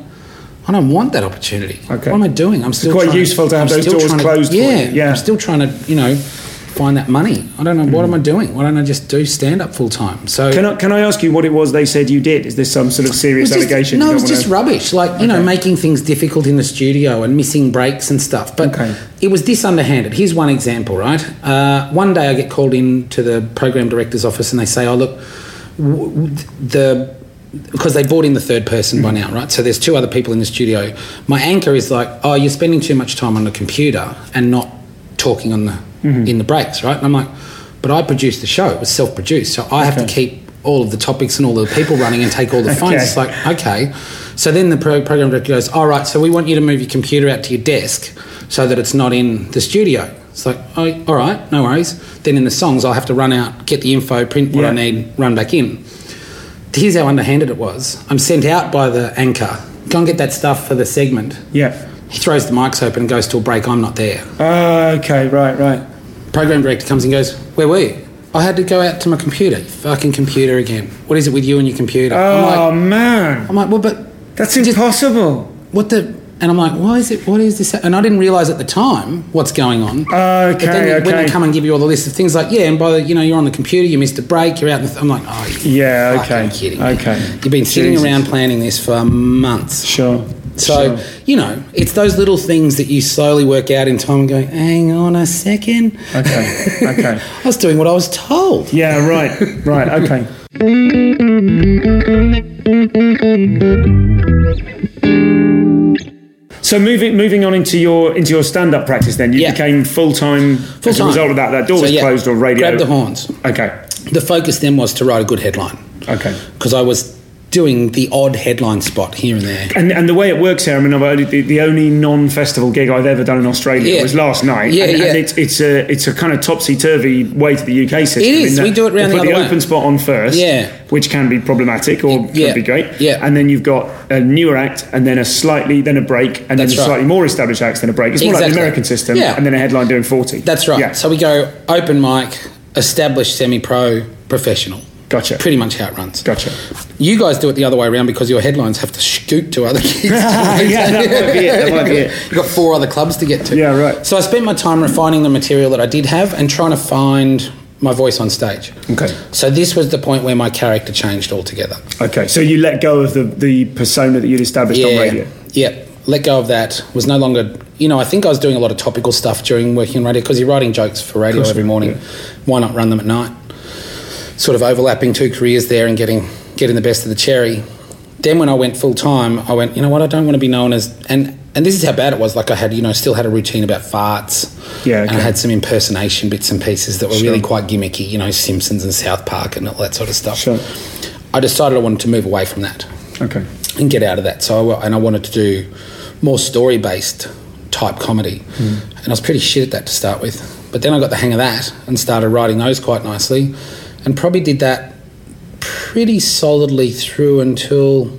Speaker 6: I don't want that opportunity.
Speaker 1: Okay.
Speaker 6: What am I doing? I'm still
Speaker 1: quite
Speaker 6: trying
Speaker 1: useful to have
Speaker 6: I'm
Speaker 1: those
Speaker 6: still
Speaker 1: doors
Speaker 6: trying to-
Speaker 1: closed for you.
Speaker 6: Yeah,
Speaker 1: Yeah.
Speaker 6: I'm still trying to, you know, find that money. I don't know what
Speaker 1: Hmm.
Speaker 6: am I doing? Why don't I just do stand up full time? So
Speaker 1: Can I, can I ask you what it was they said you did? Is this some sort of serious
Speaker 6: it was just-
Speaker 1: allegation?
Speaker 6: No,
Speaker 1: you
Speaker 6: it
Speaker 1: don't
Speaker 6: was just
Speaker 1: wanna-
Speaker 6: rubbish. Like, you know, making things difficult in the studio and missing breaks and stuff. But
Speaker 1: Okay.
Speaker 6: it was this underhanded. Here's one example, right? Uh, one day I get called in to the program director's office and they say, oh, look, w- w- the. Because they brought in the third person
Speaker 1: Mm.
Speaker 6: by now, right? So there's two other people in the studio. My anchor is like, oh, you're spending too much time on the computer and not talking on the
Speaker 1: Mm-hmm.
Speaker 6: in the breaks, right? And I'm like, but I produced the show; it was self-produced, so I have to keep all of the topics and all of the people running and take all the phones.
Speaker 1: Okay.
Speaker 6: It's like, okay. So then the pro- program director goes, all right, so we want you to move your computer out to your desk so that it's not in the studio. It's like, oh, all right, no worries. Then in the songs, I'll have to run out, get the info, print what I
Speaker 1: Yeah.
Speaker 6: need, run back in. Here's how underhanded it was. I'm sent out by the anchor. Go and get that stuff for the segment.
Speaker 1: Yeah.
Speaker 6: He throws the mics open and goes to a break. I'm not there.
Speaker 1: Ah, okay, right, right.
Speaker 6: Program director comes and goes, Where were you? I had to go out to my computer. "Your Fucking computer again. What is it with you and your computer? I'm like,
Speaker 1: Oh man,
Speaker 6: I'm like, Well, but
Speaker 1: that's
Speaker 6: just-
Speaker 1: impossible.
Speaker 6: what the and I'm like, why is it? What is this? And I didn't realise at the time what's going on.
Speaker 1: Okay,
Speaker 6: but then when
Speaker 1: Oh, okay.
Speaker 6: they come and give you all the list of things, like yeah, and by the you know you're on the computer, you missed a break, you're out. In the th-. I'm like, oh, you're
Speaker 1: Yeah,
Speaker 6: fucking
Speaker 1: okay,
Speaker 6: kidding. me.
Speaker 1: okay.
Speaker 6: You've been sitting
Speaker 1: Jesus.
Speaker 6: around planning this for months.
Speaker 1: Sure.
Speaker 6: So
Speaker 1: sure.
Speaker 6: you know, it's those little things that you slowly work out in time, and going, hang on a second.
Speaker 1: Okay, okay.
Speaker 6: I was doing what I was told.
Speaker 1: Yeah, right, right, okay. So moving moving on into your into your stand up practice, then you
Speaker 6: Yeah.
Speaker 1: became full time as a
Speaker 6: Full-time.
Speaker 1: result of that. That door
Speaker 6: So,
Speaker 1: was
Speaker 6: yeah,
Speaker 1: closed or radio.
Speaker 6: Grab the horns.
Speaker 1: Okay,
Speaker 6: The focus then was to write a good headline.
Speaker 1: okay.
Speaker 6: because I was doing the odd headline spot here and there.
Speaker 1: And, and the way it works here, I mean, I've only, the, the only non-festival gig I've ever done in Australia
Speaker 6: Yeah.
Speaker 1: was last night.
Speaker 6: Yeah,
Speaker 1: and,
Speaker 6: yeah.
Speaker 1: and it's, it's a it's a kind of topsy-turvy way to the UK system.
Speaker 6: It is.
Speaker 1: in that
Speaker 6: We do it round
Speaker 1: they put
Speaker 6: the
Speaker 1: the,
Speaker 6: other way.
Speaker 1: open spot on first,
Speaker 6: Yeah.
Speaker 1: which can be problematic or
Speaker 6: Yeah.
Speaker 1: could be great.
Speaker 6: Yeah.
Speaker 1: and then you've got a newer act, and then a slightly, then a break, and then
Speaker 6: That's
Speaker 1: a
Speaker 6: right.
Speaker 1: slightly more established act, then a break. It's more like the
Speaker 6: Exactly.
Speaker 1: American system,
Speaker 6: Yeah.
Speaker 1: and then a headline doing forty.
Speaker 6: That's right.
Speaker 1: Yeah.
Speaker 6: So we go open mic, established semi pro, professional.
Speaker 1: Gotcha.
Speaker 6: Pretty much how it runs.
Speaker 1: Gotcha.
Speaker 6: You guys do it the other way around because your headlines have to scoot to other gigs.
Speaker 1: Yeah, that might be it, that might be it.
Speaker 6: You've got four other clubs to get to.
Speaker 1: Yeah, right.
Speaker 6: So I spent my time refining the material that I did have and trying to find my voice on stage.
Speaker 1: Okay.
Speaker 6: So this was the point where my character changed altogether.
Speaker 1: Okay, so you let go of the, the persona that you'd established on radio.
Speaker 6: Yeah. Let go of that. Was no longer, you know, I think I was doing a lot of topical stuff during working on radio because you're writing jokes for radio
Speaker 1: Course,
Speaker 6: every morning.
Speaker 1: yeah.
Speaker 6: Why not run them at night? Sort of overlapping two careers there and getting getting the best of the cherry. Then when I went full time, I went, you know what? I don't want to be known as and and this is how bad it was. Like I had, you know, still had a routine about farts.
Speaker 1: Yeah,
Speaker 6: And I
Speaker 1: okay.
Speaker 6: had some impersonation bits and pieces that were really quite gimmicky, you know, Simpsons and South Park and all that sort of stuff.
Speaker 1: Sure.
Speaker 6: I decided I wanted to move away from that
Speaker 1: Okay.
Speaker 6: and get out of that. So I, and I wanted to do more story based type comedy, and I was pretty shit at that to start with. But then I got the hang of that and started writing those quite nicely, and probably did that pretty solidly through until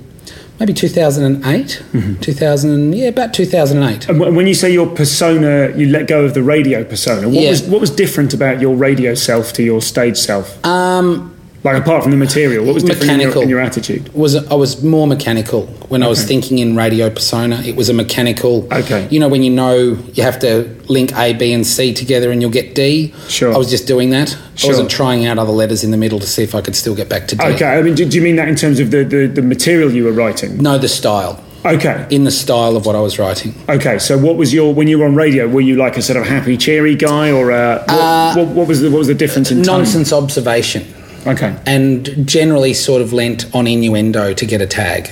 Speaker 6: maybe 2008, 2000, yeah, about 2008.
Speaker 1: And wh- when you say your persona, you let go of the radio persona. What
Speaker 6: Yeah.
Speaker 1: was what was different about your radio self to your stage self?
Speaker 6: Um,
Speaker 1: Like apart from the material, what was different in your,
Speaker 6: Mechanical.
Speaker 1: in your attitude?
Speaker 6: was I was more mechanical when I was thinking in radio persona. It was a mechanical.
Speaker 1: Okay.
Speaker 6: You know when you know you have to link A, B, and C together, and you'll get D.
Speaker 1: Sure.
Speaker 6: I was just doing that.
Speaker 1: Sure.
Speaker 6: I wasn't trying out other letters in the middle to see if I could still get back to D.
Speaker 1: Okay, I mean, do, do you mean that in terms of the, the, the material you were writing?
Speaker 6: No, the style.
Speaker 1: Okay,
Speaker 6: In the style of what I was writing.
Speaker 1: okay. So what was your when you were on radio? Were you like a sort of happy, cheery guy, or uh, what, what, what was the what was the difference in tone?
Speaker 6: Nonsense observation,
Speaker 1: Okay,
Speaker 6: and generally sort of lent on innuendo to get a tag.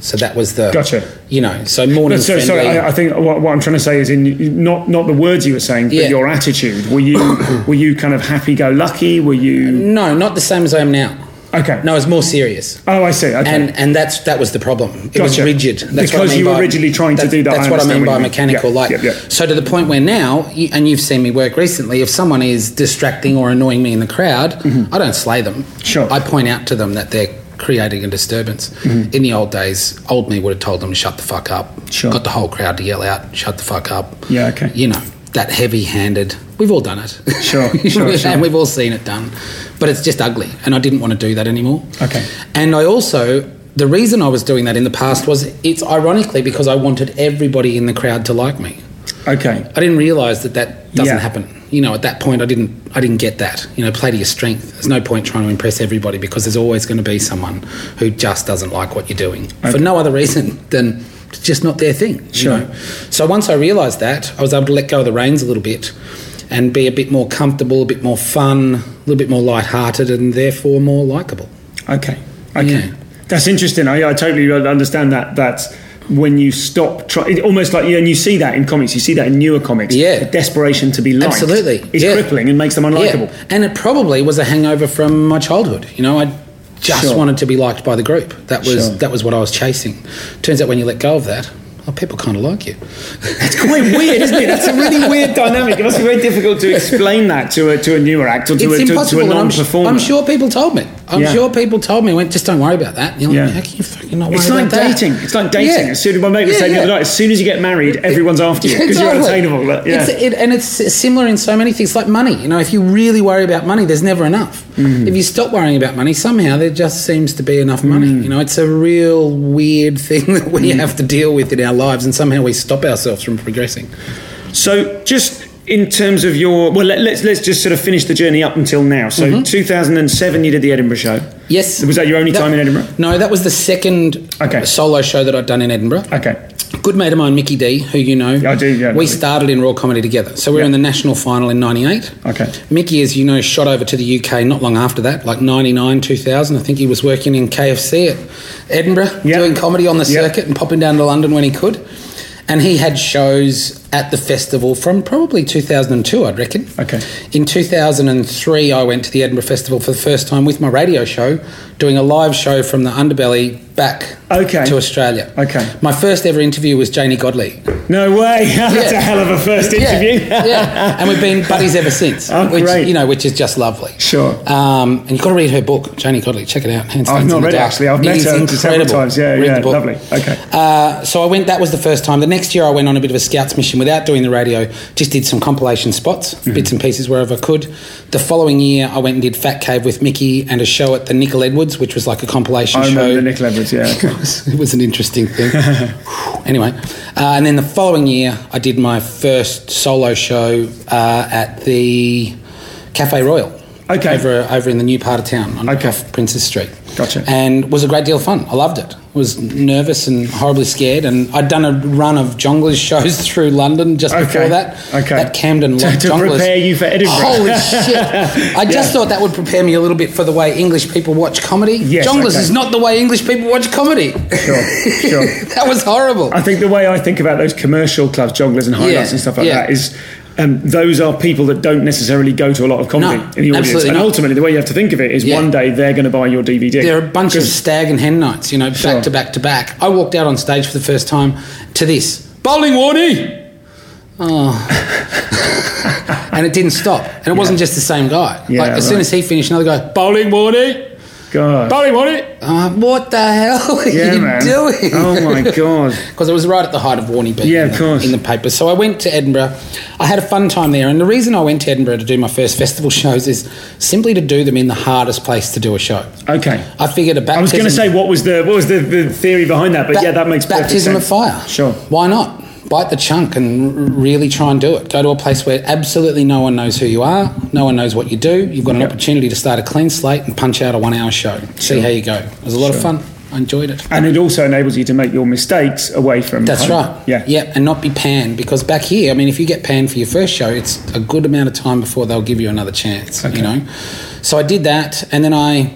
Speaker 6: So that was the
Speaker 1: Gotcha.
Speaker 6: You know, so morning
Speaker 1: No, so,
Speaker 6: friendly.
Speaker 1: sorry, I, I think what, what I'm trying to say is in not not the words you were saying, but
Speaker 6: Yeah.
Speaker 1: your attitude. Were you were you kind of happy-go-lucky? Were you
Speaker 6: no, not the same as I am now.
Speaker 1: okay?
Speaker 6: No, it's more serious.
Speaker 1: Oh, I see. Okay.
Speaker 6: and and that's that was the problem. It was
Speaker 1: Gotcha.
Speaker 6: rigid. That's what I
Speaker 1: Because
Speaker 6: mean
Speaker 1: you were
Speaker 6: by-
Speaker 1: originally trying to
Speaker 6: that's-
Speaker 1: do that,
Speaker 6: That's
Speaker 1: I
Speaker 6: what I
Speaker 1: understand
Speaker 6: mean
Speaker 1: what
Speaker 6: by
Speaker 1: you mean.
Speaker 6: mechanical.
Speaker 1: Yeah,
Speaker 6: like
Speaker 1: yeah, yeah.
Speaker 6: so to the point where now, you- and you've seen me work recently. If someone is distracting or annoying me in the crowd, I don't slay them.
Speaker 1: Mm-hmm. Sure.
Speaker 6: I point out to them that they're creating a disturbance. In the old days, old me would have told them shut the fuck up.
Speaker 1: Mm-hmm. Sure.
Speaker 6: Got the whole crowd to yell out, shut the fuck up.
Speaker 1: Yeah, okay.
Speaker 6: You know. That heavy-handed, we've all done it.
Speaker 1: Sure, sure, sure.
Speaker 6: and we've all seen it done, but it's just ugly, and I didn't want to do that anymore.
Speaker 1: Okay.
Speaker 6: And I also, the reason I was doing that in the past was it's ironically because I wanted everybody in the crowd to like me.
Speaker 1: okay.
Speaker 6: I didn't realise that that doesn't
Speaker 1: Yeah.
Speaker 6: happen. You know, at that point, I didn't, I didn't get that. You know, play to your strength. There's no point trying to impress everybody because there's always going to be someone who just doesn't like what you're doing for no other reason than it's just not their thing.
Speaker 1: Sure.
Speaker 6: You know? So once I realised that, I was able to let go of the reins a little bit and be a bit more comfortable, a bit more fun, a little bit more light-hearted, and therefore more likable.
Speaker 1: Okay. Okay.
Speaker 6: Yeah.
Speaker 1: That's interesting. I, I totally understand that. That's when you stop trying. Almost like yeah, and you see that in comics. You see that in newer comics.
Speaker 6: Yeah.
Speaker 1: The desperation to be liked.
Speaker 6: Absolutely,
Speaker 1: Is
Speaker 6: yeah.
Speaker 1: crippling and makes them unlikable.
Speaker 6: Yeah. And it probably was a hangover from my childhood. You know, I just
Speaker 1: Sure.
Speaker 6: wanted to be liked by the group. That was
Speaker 1: Sure.
Speaker 6: that was what I was chasing. Turns out when you let go of that, oh, people kind of like you.
Speaker 1: It's quite weird, isn't it? That's a really weird dynamic. It must be very difficult to explain that to a to a newer act or to,
Speaker 6: it's
Speaker 1: a, to,
Speaker 6: impossible.
Speaker 1: to a
Speaker 6: and I'm,
Speaker 1: non-performer.
Speaker 6: I'm sure people told me. I'm
Speaker 1: Yeah.
Speaker 6: sure people told me. Went just don't worry about that. You're like,
Speaker 1: Yeah.
Speaker 6: how can you fucking not worry
Speaker 1: It's
Speaker 6: about
Speaker 1: like
Speaker 6: that?
Speaker 1: dating. It's like dating.
Speaker 6: Yeah.
Speaker 1: As soon as my mate was
Speaker 6: Yeah,
Speaker 1: saying
Speaker 6: yeah.
Speaker 1: the other night, as soon as you get married, everyone's after you because you're
Speaker 6: Exactly.
Speaker 1: unattainable. Like, yeah.
Speaker 6: It's, it, and it's similar in so many things, like money. You know, if you really worry about money, there's never enough.
Speaker 1: Mm.
Speaker 6: If you stop worrying about money, somehow there just seems to be enough money.
Speaker 1: Mm.
Speaker 6: You know, it's a real weird thing that we have to deal with in our lives, and somehow we stop ourselves from progressing.
Speaker 1: So just in terms of your well, let, let's let's just sort of finish the journey up until now. So 2007, you did the Edinburgh show.
Speaker 6: Yes.
Speaker 1: Was that your only time in Edinburgh?
Speaker 6: No, that was the second
Speaker 1: Okay.
Speaker 6: solo show that I'd done in Edinburgh.
Speaker 1: Okay.
Speaker 6: Good mate of mine, Mickey D, who you know.
Speaker 1: I do, yeah.
Speaker 6: We started in Raw Comedy together. So we were in the national final in 98.
Speaker 1: Okay.
Speaker 6: Mickey, as you know, shot over to the UK not long after that, like 99, 2000. I think he was working in KFC at Edinburgh,
Speaker 1: Yeah.
Speaker 6: doing comedy on the
Speaker 1: Yeah.
Speaker 6: circuit and popping down to London when he could. And he had shows at the festival from probably 2002, I'd reckon.
Speaker 1: Okay.
Speaker 6: In 2003, I went to the Edinburgh Festival for the first time with my radio show, doing a live show from the underbelly back
Speaker 1: Okay.
Speaker 6: to Australia.
Speaker 1: Okay.
Speaker 6: My first ever interview was Janie Godley.
Speaker 1: No way. That's
Speaker 6: Yeah.
Speaker 1: a hell of a first interview.
Speaker 6: Yeah, yeah. and we've been buddies ever since.
Speaker 1: Oh,
Speaker 6: which,
Speaker 1: great.
Speaker 6: You know, which is just lovely.
Speaker 1: Sure.
Speaker 6: Um, and you've got to read her book, Janie Godley. Check it out. Handstands
Speaker 1: I've
Speaker 6: in
Speaker 1: not
Speaker 6: the
Speaker 1: read it
Speaker 6: Dark.
Speaker 1: actually. I've met
Speaker 6: is
Speaker 1: her several
Speaker 6: incredible.
Speaker 1: times. Yeah,
Speaker 6: Read
Speaker 1: yeah.
Speaker 6: the book.
Speaker 1: Lovely. Okay.
Speaker 6: Uh, so I went. That was the first time. The next year, I went on a bit of a scouts mission without doing the radio. Just did some compilation spots,
Speaker 1: Mm-hmm.
Speaker 6: bits and pieces wherever I could. The following year, I went and did Fat Cave with Mickey and a show at the Nickel Edwards, which was like a compilation
Speaker 1: I
Speaker 6: show.
Speaker 1: remember the Nick Edwards. Yeah. okay.
Speaker 6: It was- it was an interesting thing. anyway, uh, and then the following year, I did my first solo show uh, at the Cafe Royal.
Speaker 1: Okay.
Speaker 6: Over over in the new part of town on
Speaker 1: Okay.
Speaker 6: off Princess Street.
Speaker 1: Gotcha.
Speaker 6: And was a great deal of fun. I loved it. Was nervous and horribly scared. And I'd done a run of jonglers shows through London just before
Speaker 1: Okay.
Speaker 6: that.
Speaker 1: Okay.
Speaker 6: That Camden
Speaker 1: To-
Speaker 6: Lock
Speaker 1: to
Speaker 6: Jonglers.
Speaker 1: prepare you for Edinburgh.
Speaker 6: Holy shit! I just thought that would prepare me a little bit for the way English people watch comedy.
Speaker 1: Yes,
Speaker 6: jonglers
Speaker 1: okay.
Speaker 6: is not the way English people watch comedy.
Speaker 1: Sure. Sure.
Speaker 6: that was horrible.
Speaker 1: I think the way I think about those commercial clubs, jonglers and highlights
Speaker 6: Yeah,
Speaker 1: and stuff like
Speaker 6: yeah.
Speaker 1: that is um, those are people that don't necessarily go to a lot of comedy
Speaker 6: No,
Speaker 1: in the audience.
Speaker 6: absolutely
Speaker 1: And
Speaker 6: not.
Speaker 1: ultimately, the way you have to think of it is
Speaker 6: Yeah.
Speaker 1: one day they're going to buy your DVD.
Speaker 6: There are a bunch of stag and hen nights, you know, back
Speaker 1: Sure.
Speaker 6: to back to back. I walked out on stage for the first time to this bowling warning. Oh. and it didn't stop. And it wasn't just the same guy.
Speaker 1: Yeah,
Speaker 6: like, as soon
Speaker 1: right.
Speaker 6: as he finished, another guy, bowling warning.
Speaker 1: God.
Speaker 6: Bowling warning. Uh, what the hell are
Speaker 1: yeah,
Speaker 6: you
Speaker 1: man.
Speaker 6: doing?
Speaker 1: Oh my God.
Speaker 6: because it was right at the height of Warney being
Speaker 1: Yeah,
Speaker 6: in,
Speaker 1: of
Speaker 6: the-
Speaker 1: course.
Speaker 6: in the paper. So I went to Edinburgh. I had a fun time there, and the reason I went to Edinburgh to do my first festival shows is simply to do them in the hardest place to do a show.
Speaker 1: Okay.
Speaker 6: I figured a baptism.
Speaker 1: I was going to say what was the what was the, the theory behind that, but
Speaker 6: ba-
Speaker 1: yeah, that makes perfect
Speaker 6: baptism
Speaker 1: sense.
Speaker 6: of fire.
Speaker 1: Sure.
Speaker 6: why not? Bite the chunk and r- really try and do it. Go to a place where absolutely no one knows who you are, no one knows what you do. You've got an opportunity to start a clean slate and punch out a one-hour show. See how you go. It was a lot of fun. I enjoyed it.
Speaker 1: And it also enables you to make your mistakes away from.
Speaker 6: That's
Speaker 1: home.
Speaker 6: right.
Speaker 1: Yeah.
Speaker 6: Yeah, and not be panned because back here, I mean, if you get panned for your first show, it's a good amount of time before they'll give you another chance. You know, so I did that, and then I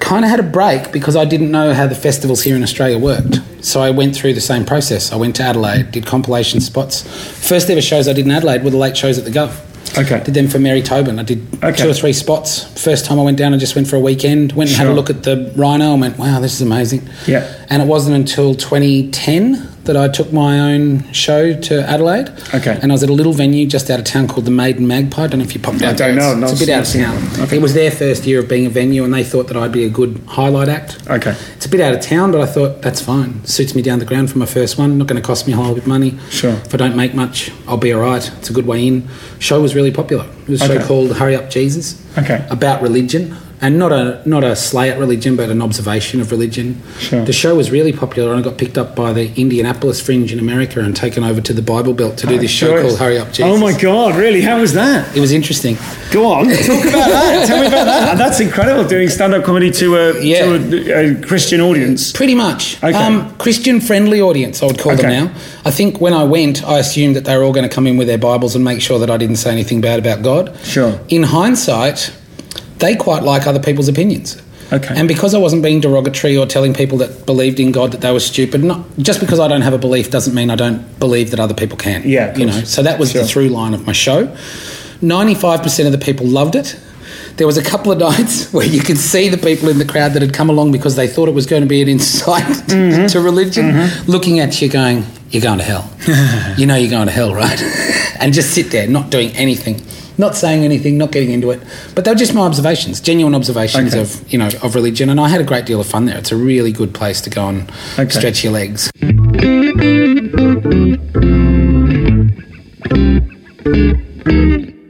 Speaker 6: kind of had a break because I didn't know how the festivals here in Australia worked. So I went through the same process. I went to Adelaide, did compilation spots. First ever shows I did in Adelaide were the late shows at the Gov.
Speaker 1: Okay.
Speaker 6: Did them for Mary Tobin. I did
Speaker 1: Okay.
Speaker 6: two or three spots. First time I went down, I just went for a weekend. Went and had
Speaker 1: Sure.
Speaker 6: a look at the rhino and went, wow, this is amazing.
Speaker 1: Yeah.
Speaker 6: And it wasn't until 2010 that I took my own show to Adelaide.
Speaker 1: Okay.
Speaker 6: And I was at a little venue just out of town called the Maiden Magpie. I don't know if you popped out.
Speaker 1: don't
Speaker 6: there.
Speaker 1: know.
Speaker 6: It's,
Speaker 1: Not-
Speaker 6: it's a bit
Speaker 1: not
Speaker 6: out of
Speaker 1: seen
Speaker 6: town.
Speaker 1: that one. Okay.
Speaker 6: It was their first year of being a venue, and they thought that I'd be a good highlight act.
Speaker 1: Okay.
Speaker 6: It's a bit out of town, but I thought that's fine. Suits me down the ground for my first one. Not going to cost me a whole lot of money.
Speaker 1: Sure.
Speaker 6: If I don't make much, I'll be all right. It's a good way in. Show was really popular. It was a
Speaker 1: Okay.
Speaker 6: show called Hurry Up Jesus.
Speaker 1: Okay.
Speaker 6: About religion. And not a not a slay at religion, but an observation of religion.
Speaker 1: Sure.
Speaker 6: The show was really popular, and I got picked up by the Indianapolis Fringe in America and taken over to the Bible Belt to do this show
Speaker 1: Sure.
Speaker 6: called Hurry Up Jesus.
Speaker 1: Oh my God! Really? How was that?
Speaker 6: It was interesting.
Speaker 1: Go on, talk about that. Tell me about that. That's incredible. Doing stand-up comedy to a
Speaker 6: Yeah.
Speaker 1: to a, a Christian audience.
Speaker 6: Pretty much.
Speaker 1: Okay.
Speaker 6: Um, Christian friendly audience, I would call
Speaker 1: Okay.
Speaker 6: them now. I think when I went, I assumed that they were all going to come in with their Bibles and make sure that I didn't say anything bad about God.
Speaker 1: Sure.
Speaker 6: In hindsight, they quite like other people's opinions.
Speaker 1: Okay.
Speaker 6: And because I wasn't being derogatory or telling people that believed in God that they were stupid, not, just because I don't have a belief doesn't mean I don't believe that other people can.
Speaker 1: Yeah, of
Speaker 6: You
Speaker 1: course.
Speaker 6: know, so that was
Speaker 1: Sure.
Speaker 6: the through line of my show. 95% of the people loved it. There was a couple of nights where you could see the people in the crowd that had come along because they thought it was going to be an insight
Speaker 1: Mm-hmm.
Speaker 6: to religion, looking at you going, You're going to hell. you know you're going to hell, right? and just sit there, not doing anything, not saying anything, not getting into it. But they were just my observations, genuine observations
Speaker 1: Okay.
Speaker 6: of, you know, of religion. And I had a great deal of fun there. It's a really good place to go and
Speaker 1: Okay.
Speaker 6: stretch your legs.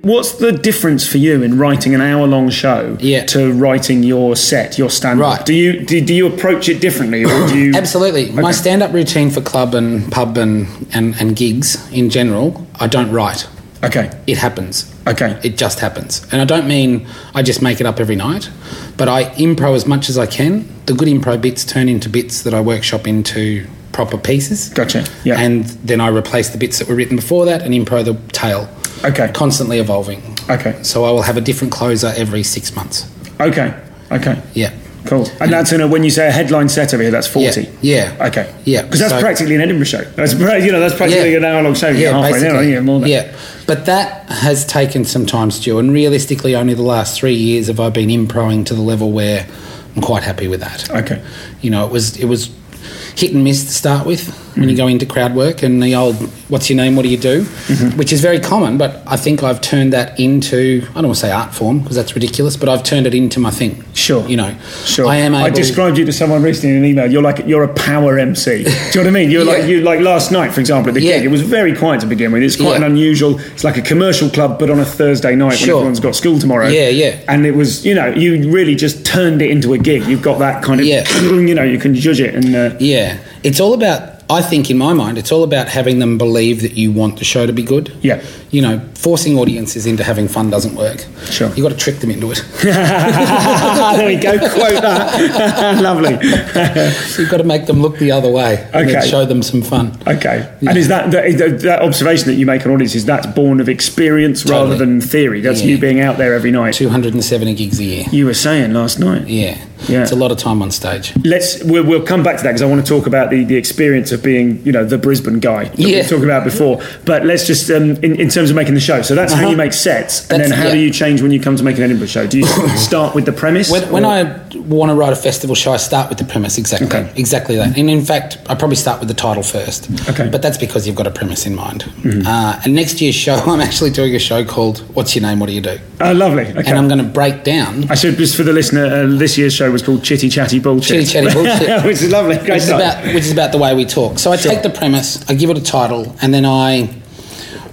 Speaker 1: What's the difference for you in writing an hour-long show
Speaker 6: Yeah.
Speaker 1: to writing your set, your stand-up?
Speaker 6: Right.
Speaker 1: Do you do, do you approach it differently, or do you
Speaker 6: Absolutely. My
Speaker 1: Okay.
Speaker 6: stand up routine for club and pub and, and, and gigs in general, I don't write.
Speaker 1: Okay.
Speaker 6: It happens.
Speaker 1: Okay.
Speaker 6: It just happens. And I don't mean I just make it up every night, but I impro as much as I can. The good impro bits turn into bits that I workshop into proper pieces.
Speaker 1: Gotcha. Yeah.
Speaker 6: And then I replace the bits that were written before that and impro the tail.
Speaker 1: Okay.
Speaker 6: Constantly evolving.
Speaker 1: Okay.
Speaker 6: So I will have a different closer every six months.
Speaker 1: Okay. Okay.
Speaker 6: Yeah.
Speaker 1: Cool. And that's in a, when you say a headline set over here, that's 40.
Speaker 6: Yeah, yeah.
Speaker 1: Okay.
Speaker 6: Yeah,
Speaker 1: Because that's
Speaker 6: so-
Speaker 1: practically an Edinburgh show. That's, pra- you know, that's practically
Speaker 6: Yeah.
Speaker 1: an hour long show. Yeah,
Speaker 6: Yeah,
Speaker 1: halfway there,
Speaker 6: basically.
Speaker 1: yeah, more than
Speaker 6: yeah, but that has taken some time, Stu. And realistically, only the last three years have I been improing to the level where I'm quite happy with that.
Speaker 1: Okay.
Speaker 6: You know, it was it was hit and miss to start with when
Speaker 1: Mm-hmm.
Speaker 6: you go into crowd work and the old "What's your name? What do you do?"
Speaker 1: Mm-hmm.
Speaker 6: which is very common. But I think I've turned that into I don't want to say art form because that's ridiculous, but I've turned it into my thing.
Speaker 1: Sure.
Speaker 6: You know,
Speaker 1: Sure.
Speaker 6: I am able.
Speaker 1: I described you to someone recently in an email. You're like you're a power MC. Do you know what I mean? You're
Speaker 6: Yeah.
Speaker 1: like you like last night, for example, at the
Speaker 6: Yeah.
Speaker 1: gig. It was very quiet to begin with. It's quite
Speaker 6: Yeah.
Speaker 1: an unusual. It's like a commercial club, but on a Thursday night
Speaker 6: Sure.
Speaker 1: when everyone's got school tomorrow.
Speaker 6: Yeah, yeah.
Speaker 1: And it was you know you really just turned it into a gig. You've got that kind of
Speaker 6: Yeah.
Speaker 1: you know you can judge it and uh,
Speaker 6: Yeah, it's all about. I think in my mind, it's all about having them believe that you want the show to be good.
Speaker 1: Yeah.
Speaker 6: You know, forcing audiences into having fun doesn't work.
Speaker 1: Sure.
Speaker 6: You got to trick them into it.
Speaker 1: there we go. Quote that. Lovely.
Speaker 6: You've got to make them look the other way. and then
Speaker 1: Okay.
Speaker 6: show them some fun.
Speaker 1: Okay.
Speaker 6: Yeah.
Speaker 1: And is that, that that- that observation that you make on audiences? That's born of experience rather
Speaker 6: Totally.
Speaker 1: than theory. That's
Speaker 6: Yeah.
Speaker 1: you being out there every night.
Speaker 6: Two hundred and seventy gigs a year.
Speaker 1: You were saying last night.
Speaker 6: Yeah.
Speaker 1: Yeah.
Speaker 6: It's a lot of time on stage.
Speaker 1: Let's we'll, we'll come back to that because I want to talk about the, the experience of being you know the Brisbane guy that
Speaker 6: Yeah.
Speaker 1: we talked about before. But let's just um, in, in terms of making the show. So that's how
Speaker 6: Uh-huh.
Speaker 1: you make sets, and
Speaker 6: That's-
Speaker 1: then how do
Speaker 6: yeah.
Speaker 1: you change when you come to make an Edinburgh show? Do you start with the premise?
Speaker 6: When, when
Speaker 1: or-
Speaker 6: I want to write a festival show, I start with the premise exactly,
Speaker 1: Okay.
Speaker 6: exactly that. And in fact, I probably start with the title first.
Speaker 1: Okay. Mm-hmm.
Speaker 6: But that's because you've got a premise in mind. Uh, and next year's show, I'm actually doing a show called "What's Your Name? What Do You Do?"
Speaker 1: oh, lovely. Okay.
Speaker 6: and I'm going to break down.
Speaker 1: I should just for the listener. Uh, this year's show was called Chitty Chatty Bullshit.
Speaker 6: Chitty Chatty Bullshit.
Speaker 1: which is lovely. Great
Speaker 6: Which is,
Speaker 1: title.
Speaker 6: about, which is about the way we talk. So I take the premise, I give it a title, and then I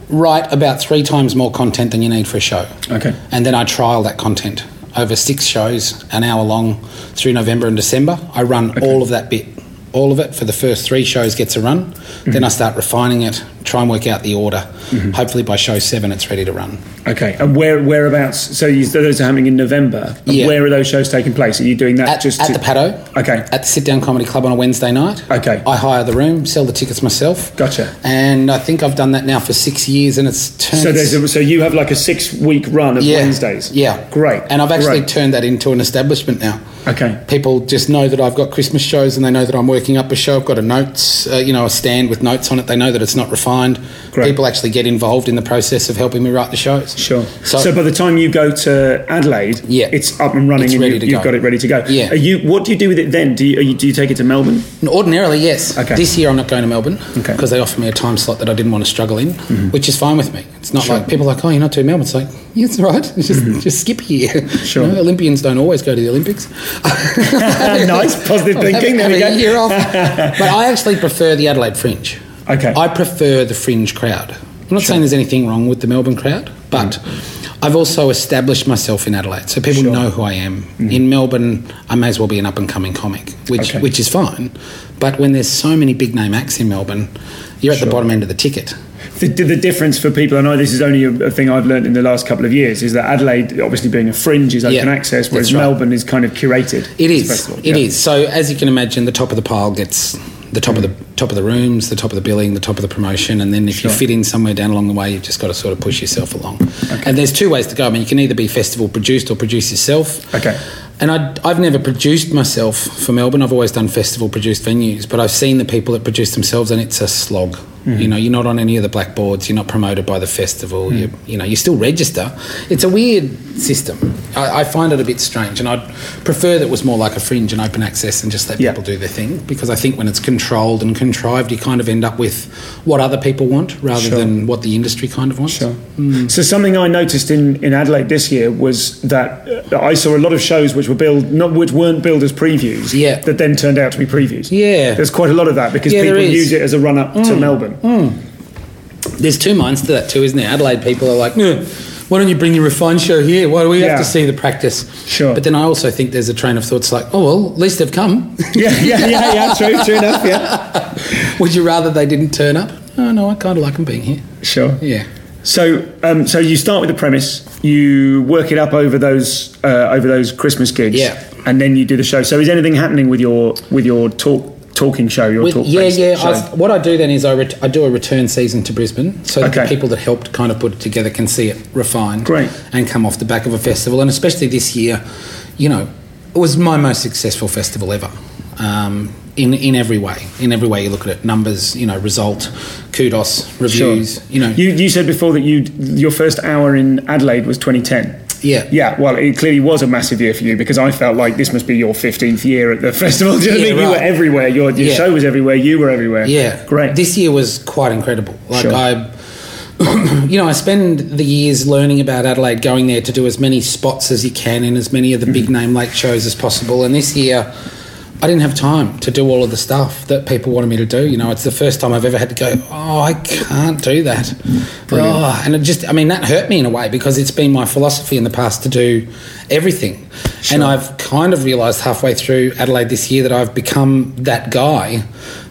Speaker 6: write about three times more content than you need for a show.
Speaker 1: Okay.
Speaker 6: And then I trial that content over six shows, an hour long, through November and December. I run all of that bit, all of it for the first three shows gets a run.
Speaker 1: Mm-hmm.
Speaker 6: Then I start refining it, try and work out the order. Hopefully by show seven, it's ready to run.
Speaker 1: Okay, and where whereabouts? So you, so those are happening in November. And
Speaker 6: Yeah.
Speaker 1: Where are those shows taking place? Are you doing that
Speaker 6: At,
Speaker 1: just
Speaker 6: at
Speaker 1: to-
Speaker 6: the Paddo.
Speaker 1: Okay.
Speaker 6: At the Sit Down Comedy Club on a Wednesday night.
Speaker 1: Okay.
Speaker 6: I hire the room, sell the tickets myself.
Speaker 1: Gotcha.
Speaker 6: And I think I've done that now for six years, and it's turned.
Speaker 1: So there's a, so you have like a six week run of
Speaker 6: yeah,
Speaker 1: Wednesdays.
Speaker 6: Yeah.
Speaker 1: great.
Speaker 6: And I've actually
Speaker 1: Great.
Speaker 6: turned that into an establishment now.
Speaker 1: Okay.
Speaker 6: People just know that I've got Christmas shows, and they know that I'm working up a show. I've got a notes, uh, you know, a stand with notes on it. They know that it's not refined.
Speaker 1: Great.
Speaker 6: People actually get involved in the process of helping me write the shows.
Speaker 1: Sure.
Speaker 6: So,
Speaker 1: So, by the time you go to Adelaide,
Speaker 6: Yeah.
Speaker 1: it's up and running,
Speaker 6: It's
Speaker 1: and
Speaker 6: ready
Speaker 1: you,
Speaker 6: to
Speaker 1: you've
Speaker 6: go.
Speaker 1: got it ready to go.
Speaker 6: Yeah.
Speaker 1: Are you? What do you do with it then? Do you, are you do you take it to Melbourne?
Speaker 6: Ordinarily, yes.
Speaker 1: Okay.
Speaker 6: This year I'm not going to Melbourne
Speaker 1: Okay. Mm-hmm.
Speaker 6: because they offered me a time slot that I didn't want to struggle in, which is fine with me. It's not like people are like, oh, you're not doing Melbourne. It's like, yeah, it's all right. Just, just skip a year.
Speaker 1: Mm-hmm. Sure.
Speaker 6: You know, Olympians don't always go to the Olympics.
Speaker 1: Nice, positive
Speaker 6: Have-
Speaker 1: thinking. There
Speaker 6: have
Speaker 1: we
Speaker 6: a
Speaker 1: go.
Speaker 6: year off. but I actually prefer the Adelaide Fringe.
Speaker 1: Okay.
Speaker 6: I prefer the Fringe crowd. I'm not saying there's anything wrong with the Melbourne crowd, but
Speaker 1: Mm-hmm.
Speaker 6: I've also established myself in Adelaide, so people know who I am. In Melbourne, I may as well be an up and coming comic,
Speaker 1: Mm-hmm.
Speaker 6: which
Speaker 1: Okay.
Speaker 6: which is fine. But when there's so many big name acts in Melbourne, you're at the bottom end of the ticket.
Speaker 1: The, the difference for people, I know this is only a, a thing I've learned in the last couple of years, is that Adelaide, obviously being a fringe, is open
Speaker 6: Yeah,
Speaker 1: access, whereas
Speaker 6: that's right.
Speaker 1: Melbourne is kind of curated. It's
Speaker 6: It
Speaker 1: a
Speaker 6: is.
Speaker 1: festival,
Speaker 6: It is.
Speaker 1: yeah.
Speaker 6: So as you can imagine, the top of the pile gets the top of
Speaker 1: Mm.
Speaker 6: the top of the rooms, the top of the billing, the top of the promotion, and then if you fit in somewhere down along the way, you've just got to sort of push yourself along. And there's two ways to go. I mean, you can either be festival produced or produce yourself.
Speaker 1: Okay.
Speaker 6: And I, I've never produced myself for Melbourne. I've always done festival produced venues, but I've seen the people that produce themselves, and it's a slog.
Speaker 1: Mm-hmm.
Speaker 6: You know, you're not on any of the blackboards. You're not promoted by the festival. You, you know, you still register. It's a weird system. I, I find it a bit strange, and I'd prefer that it was more like a fringe and open access, and just let
Speaker 1: Yeah.
Speaker 6: people do their thing. Because I think when it's controlled and contrived, you kind of end up with what other people want rather than what the industry kind of wants.
Speaker 1: Sure. So something I noticed in, in Adelaide this year was that uh, I saw a lot of shows which were billed not which weren't billed as previews,
Speaker 6: Yeah.
Speaker 1: that then turned out to be previews.
Speaker 6: Yeah.
Speaker 1: there's quite a lot of that because
Speaker 6: Yeah, there
Speaker 1: people
Speaker 6: is. Mm.
Speaker 1: use it as a run up to Melbourne.
Speaker 6: There's two minds to that too, isn't there? Adelaide people are like, "Yeah, why don't you bring your refined show here? Why do we have
Speaker 1: Yeah.
Speaker 6: to see the practice?
Speaker 1: Sure.
Speaker 6: But then I also think there's a train of thoughts like, oh well, at least they've come.
Speaker 1: Yeah, yeah, yeah, yeah. True, true enough. Yeah,
Speaker 6: Would you rather they didn't turn up? Oh no, I kind of like them being here.
Speaker 1: sure.
Speaker 6: Yeah.
Speaker 1: So, um, so you start with the premise, you work it up over those uh, over those Christmas gigs,
Speaker 6: Yeah.
Speaker 1: and then you do the show. So, is anything happening with your with your talk talking show? Your
Speaker 6: With-
Speaker 1: talk
Speaker 6: yeah,
Speaker 1: based
Speaker 6: yeah.
Speaker 1: show?
Speaker 6: I, what I do then is I, ret- I do a return season to Brisbane, so that the
Speaker 1: Okay.
Speaker 6: people that helped kind of put it together can see it refined,
Speaker 1: Great.
Speaker 6: and come off the back of a festival, and especially this year, you know. It was my most successful festival ever. Um, in, in every way, in every way you look at it, numbers, you know, result, kudos, reviews, you know,
Speaker 1: You, you said before that you your first hour in Adelaide was 2010.
Speaker 6: yeah,
Speaker 1: Yeah, well, it clearly was a massive year for you because I felt like this must be your 15th year at the festival. Do you know what I
Speaker 6: Yeah,
Speaker 1: mean? You
Speaker 6: right.
Speaker 1: were everywhere. Your, your
Speaker 6: Yeah.
Speaker 1: show was everywhere. You were everywhere.
Speaker 6: Yeah,
Speaker 1: Great.
Speaker 6: This year was quite incredible. Like
Speaker 1: Sure.
Speaker 6: I, you know, I spend the years learning about Adelaide, going there to do as many spots as you can in as many of the big
Speaker 1: Mm-hmm.
Speaker 6: name lake shows as possible. And this year, I didn't have time to do all of the stuff that people wanted me to do. You know, it's the first time I've ever had to go. Oh, I can't do that. Oh, and it just, I mean, that hurt me in a way because it's been my philosophy in the past to do everything. And I've kind of realised halfway through Adelaide this year that I've become that guy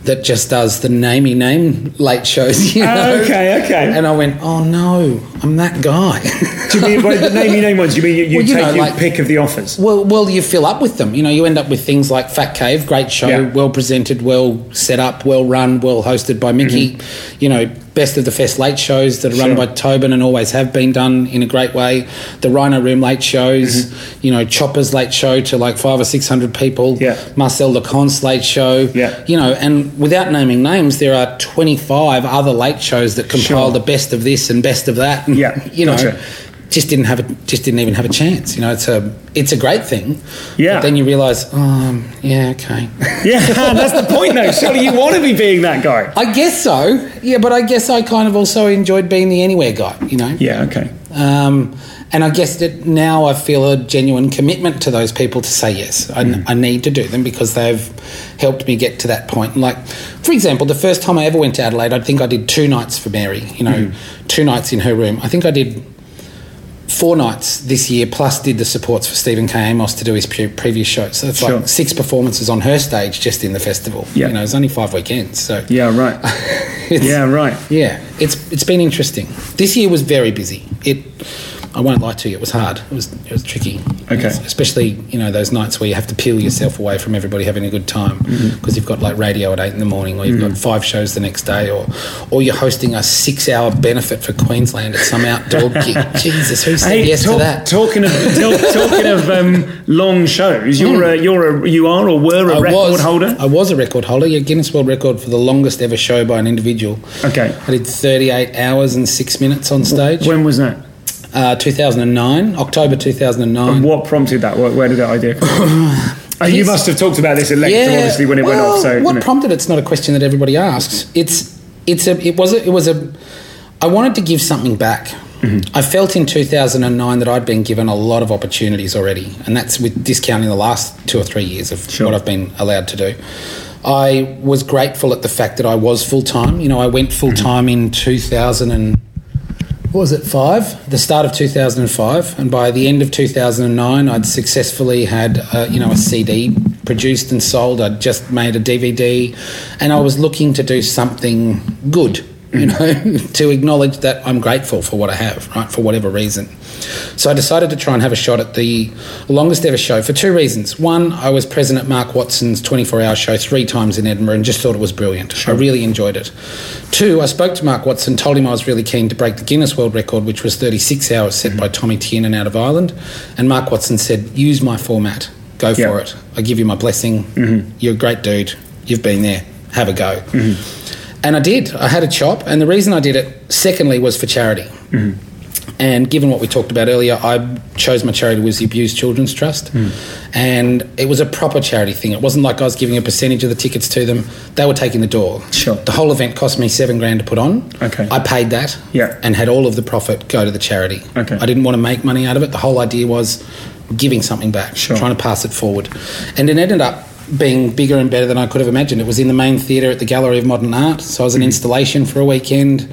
Speaker 6: that just does the namey name late shows. You know?
Speaker 1: Oh, Okay, okay.
Speaker 6: And I went, oh no, I'm that guy.
Speaker 1: Do you mean, wait, name your name ones? You mean you, you
Speaker 6: Well, you
Speaker 1: take
Speaker 6: know,
Speaker 1: your
Speaker 6: like-
Speaker 1: pick of the offers?
Speaker 6: Well, well, you fill up with them. You know, you end up with things like Fat Cave, great show,
Speaker 1: Yeah.
Speaker 6: well presented, well set up, well run, well hosted by Mickey. You know, best of the fest late shows that are run
Speaker 1: Mm-hmm. Sure.
Speaker 6: by Tobin and always have been done in a great way. The Rhino Room late shows, you know, Chopper's late show to like five or six hundred people.
Speaker 1: Mm-hmm. Yeah.
Speaker 6: Marcel Lacan's late show.
Speaker 1: Yeah.
Speaker 6: You know, and without naming names, there are twenty five other late shows that compile the best of this and best of that. and,
Speaker 1: Yeah,
Speaker 6: You know
Speaker 1: gotcha.
Speaker 6: just didn't have a, just didn't even have a chance. You know, it's a it's a great thing.
Speaker 1: Yeah.
Speaker 6: But then you realise, oh, um, yeah, okay.
Speaker 1: Yeah, that's the point, though. Surely you want to be being that guy.
Speaker 6: I guess so. Yeah, but I guess I kind of also enjoyed being the anywhere guy. You know.
Speaker 1: Yeah, okay.
Speaker 6: Um, and I guess that now I feel a genuine commitment to those people to say yes. I,
Speaker 1: Hmm.
Speaker 6: I need to do them because they've helped me get to that point. Like, for example, the first time I ever went to Adelaide, I think I did two nights for Mary. You know,
Speaker 1: Hmm.
Speaker 6: two nights in her room. I think I did four nights this year, plus did the supports for Stephen K. Amos to do his pre- previous show. So it's
Speaker 1: Sure.
Speaker 6: like six performances on her stage just in the festival.
Speaker 1: Yeah.
Speaker 6: You know, it's only five weekends. So
Speaker 1: Yeah, right.
Speaker 6: It's-
Speaker 1: yeah, right.
Speaker 6: yeah, it's it's been interesting. This year was very busy. It, I won't lie to you, it was hard. It was it was tricky.
Speaker 1: Okay.
Speaker 6: Especially you know those nights where you have to peel yourself away from everybody having a good time because
Speaker 1: Mm-hmm.
Speaker 6: you've got like radio at eight in the morning, or you've got five shows the next day, or or you're hosting a six-hour benefit for Queensland at some outdoor gig. Jesus, who said
Speaker 1: Hey,
Speaker 6: yes
Speaker 1: talk-
Speaker 6: to that?
Speaker 1: talking of talk- talking of um, long shows, you're a, you're a you are or were a record
Speaker 6: was,
Speaker 1: holder.
Speaker 6: Hmm. I was a record holder. Yeah, Guinness World Record for the longest ever show by an individual.
Speaker 1: Okay.
Speaker 6: I did 38 hours and six minutes on stage.
Speaker 1: When was that?
Speaker 6: Uh, 2009, October 2009.
Speaker 1: And what prompted that? Where, where did that idea come from? Oh, you
Speaker 6: Yes.
Speaker 1: must have talked about this at length,
Speaker 6: Yeah,
Speaker 1: obviously, when it went
Speaker 6: well,
Speaker 1: off. So,
Speaker 6: what
Speaker 1: you know.
Speaker 6: prompted it's not a question that everybody asks. It's it's a it was a, it was a I wanted to give something back.
Speaker 1: Mm-hmm.
Speaker 6: I felt in 2009 that I'd been given a lot of opportunities already, and that's with discounting the last two or three years of what I've been allowed to do. I was grateful at the fact that I was full time. You know, I went full time
Speaker 1: Mm-hmm.
Speaker 6: in 2000 and what was it five? The start of 2005, and by the end of 2009, I'd successfully had uh, you know a CD produced and sold. I'd just made a DVD, and I was looking to do something good, you know, to acknowledge that I'm grateful for what I have, right, for whatever reason. So I decided to try and have a shot at the longest ever show for two reasons. One, I was present at Mark Watson's 24 hour show three times in Edinburgh and just thought it was brilliant. I really enjoyed it. Two, I spoke to Mark Watson, told him I was really keen to break the Guinness World Record, which was 36 hours set by Tommy Tiernan out of Ireland. And Mark Watson said, use my format, go
Speaker 1: Yeah.
Speaker 6: for it. I give you my blessing. You're a great dude. You've been there. Have a go. And I did. I had a chop. And the reason I did it, secondly, was for charity. And given what we talked about earlier, I chose my charity was the Abused Children's Trust.
Speaker 1: Hmm.
Speaker 6: And it was a proper charity thing. It wasn't like I was giving a percentage of the tickets to them, they were taking the door.
Speaker 1: Sure.
Speaker 6: The whole event cost me seven grand to put on.
Speaker 1: Okay.
Speaker 6: I paid that
Speaker 1: Yeah.
Speaker 6: and had all of the profit go to the charity.
Speaker 1: Okay.
Speaker 6: I didn't want to make money out of it. The whole idea was giving something back,
Speaker 1: Sure.
Speaker 6: trying to pass it forward. And it ended up being bigger and better than I could have imagined. It was in the main theatre at the Gallery of Modern Art. So I was an
Speaker 1: Mm-hmm.
Speaker 6: installation for a weekend.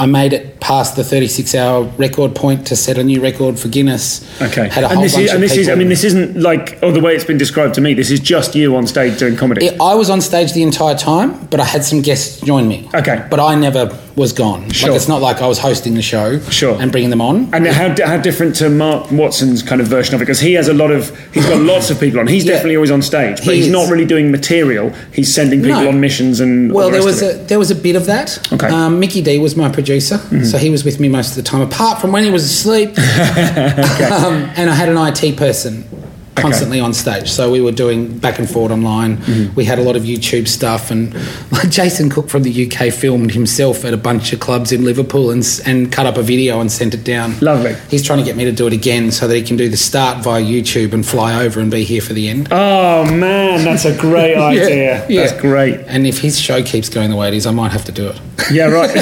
Speaker 6: I made it past the 36 hour record point to set a new record for Guinness.
Speaker 1: Okay.
Speaker 6: Had a
Speaker 1: and
Speaker 6: whole
Speaker 1: this
Speaker 6: bunch
Speaker 1: is, and
Speaker 6: of
Speaker 1: this is, I
Speaker 6: people-
Speaker 1: mean, this isn't like, or the way it's been described to me, this is just you on stage doing comedy.
Speaker 6: Yeah, I was on stage the entire time, but I had some guests join me.
Speaker 1: Okay.
Speaker 6: But I never was gone.
Speaker 1: Sure.
Speaker 6: Like it's not like I was hosting the show
Speaker 1: Sure.
Speaker 6: and bringing them on.
Speaker 1: and how, di- how different to Mark Watson's kind of version of it because he has a lot of he's got lots of people on. He's
Speaker 6: Yeah.
Speaker 1: definitely always on stage, but
Speaker 6: He
Speaker 1: he's
Speaker 6: is.
Speaker 1: not really doing material. He's sending people
Speaker 6: No.
Speaker 1: on missions and all
Speaker 6: well,
Speaker 1: the
Speaker 6: there
Speaker 1: rest
Speaker 6: was
Speaker 1: of
Speaker 6: a
Speaker 1: it.
Speaker 6: there was a bit of that.
Speaker 1: Okay. Mm-hmm.
Speaker 6: Um, Mickey D was my producer, so he was with me most of the time, apart from when he was asleep. um, and I had an IT person constantly on stage. So we were doing back and forward online.
Speaker 1: Mm-hmm.
Speaker 6: We had a lot of YouTube stuff, and like Jason Cook from the UK filmed himself at a bunch of clubs in Liverpool and s- and cut up a video and sent it down.
Speaker 1: Lovely.
Speaker 6: He's trying to get me to do it again so that he can do the start via YouTube and fly over and be here for the end.
Speaker 1: Oh man, that's a great idea.
Speaker 6: yeah.
Speaker 1: That's great.
Speaker 6: And if his show keeps going the way it is, I might have to do it
Speaker 1: Yeah, right.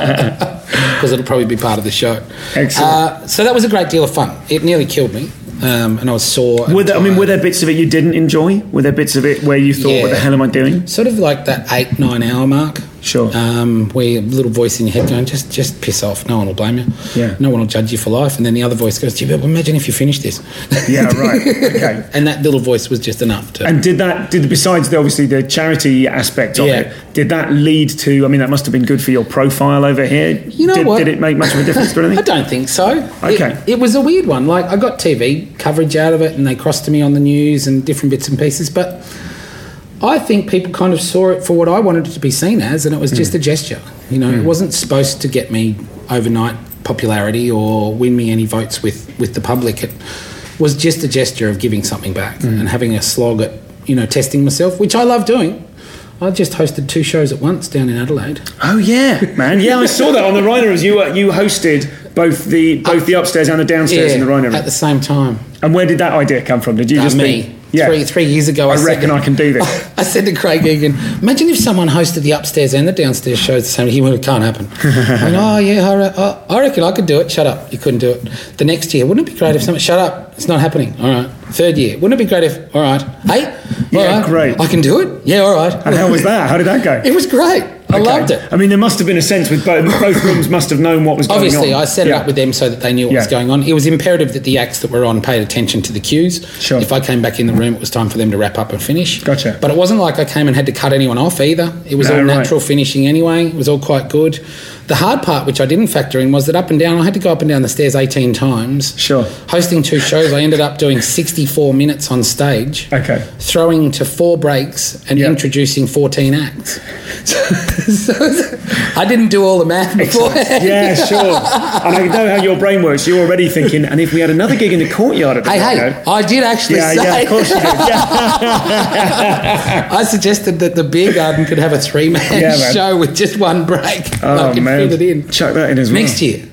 Speaker 6: because it'll probably be part of the show.
Speaker 1: Excellent.
Speaker 6: Uh, so that was a great deal of fun. It nearly killed me, um, and I was sore. and
Speaker 1: were there, I mean,
Speaker 6: tired.
Speaker 1: were there bits of it you didn't enjoy? Were there bits of it where you thought, "What the
Speaker 6: Yeah.
Speaker 1: hell am I doing?"
Speaker 6: sort of like that eight nine hour mark.
Speaker 1: Sure.
Speaker 6: Um, where a little voice in your head going, just just piss off. No one will blame you.
Speaker 1: Yeah.
Speaker 6: No one will judge you for life. And then the other voice goes, Gee, but imagine if you finish this.
Speaker 1: Yeah, right. Okay.
Speaker 6: and that little voice was just enough to.
Speaker 1: And did that? Did besides the, obviously the charity aspect of
Speaker 6: Yeah.
Speaker 1: it? Did that lead to? I mean, that must have been good for your profile over here.
Speaker 6: you know
Speaker 1: did,
Speaker 6: what?
Speaker 1: did it make much of a difference to anything?
Speaker 6: I don't think so. It-
Speaker 1: Okay.
Speaker 6: It, was a weird one. Like I got TV coverage out of it, and they crossed to me on the news and different bits and pieces. But I think people kind of saw it for what I wanted it to be seen as, and it was
Speaker 1: Hmm.
Speaker 6: just a gesture. You know, it wasn't supposed to get me overnight popularity or win me any votes with with the public. It was just a gesture of giving something back
Speaker 1: Hmm.
Speaker 6: and having a slog at you know testing myself, which I love doing. I just hosted two shows at once down in Adelaide.
Speaker 1: Oh yeah, man. Yeah, I saw that on the Rhino Rooms. You uh, you hosted both the both the upstairs and the downstairs in the Rhino
Speaker 6: at
Speaker 1: Room.
Speaker 6: the same time.
Speaker 1: and where did that idea come from? Did you
Speaker 6: Uh,
Speaker 1: just
Speaker 6: me.
Speaker 1: think, yeah,
Speaker 6: Three three years ago,
Speaker 1: I,
Speaker 6: said
Speaker 1: reckon
Speaker 6: to-
Speaker 1: I can do this.
Speaker 6: I said to Craig Egan, imagine if someone hosted the upstairs and the downstairs shows the same. He went, it can't happen. I went, oh yeah, I, re- oh, I reckon I could do it. Shut up, you couldn't do it. The next year, wouldn't it be great if someone? Shut up, it's not happening. All right. Third year, wouldn't it be great if? All right. Hey, all
Speaker 1: Yeah,
Speaker 6: right,
Speaker 1: great.
Speaker 6: I can do it. Yeah, all right.
Speaker 1: and how was that? How did that go?
Speaker 6: It was great. I loved it.
Speaker 1: I mean, there must have been a sense with both, both rooms must have known what was going on.
Speaker 6: Obviously, I set it
Speaker 1: Yeah.
Speaker 6: up with them so that they knew what was
Speaker 1: Yeah.
Speaker 6: going on. It was imperative that the acts that were on paid attention to the cues.
Speaker 1: Sure.
Speaker 6: If I came back in the room, it was time for them to wrap up and finish.
Speaker 1: Gotcha.
Speaker 6: But it wasn't like I came and had to cut anyone off either. It was
Speaker 1: No,
Speaker 6: all
Speaker 1: right.
Speaker 6: natural finishing anyway. It was all quite good. The hard part, which I didn't factor in, was that up and down, I had to go up and down the stairs 18 times.
Speaker 1: Sure.
Speaker 6: Hosting two shows, I ended up doing 64 minutes on stage.
Speaker 1: Okay.
Speaker 6: Throwing to four breaks and
Speaker 1: Yeah.
Speaker 6: introducing 14 acts. So, so- I didn't do all the math beforehand.
Speaker 1: Yeah, sure. and I know how your brain works. You're already thinking, and if we had another gig in the courtyard at the
Speaker 6: Hey, hey,
Speaker 1: Rhino,"
Speaker 6: I did actually
Speaker 1: yeah,
Speaker 6: say,
Speaker 1: yeah, of course you did.
Speaker 6: I suggested that the beer garden could have a three man
Speaker 1: Yeah, man.
Speaker 6: show with just one break. I
Speaker 1: Oh,
Speaker 6: could
Speaker 1: man.
Speaker 6: fit it in.
Speaker 1: Chuck that in as well.
Speaker 6: Next year.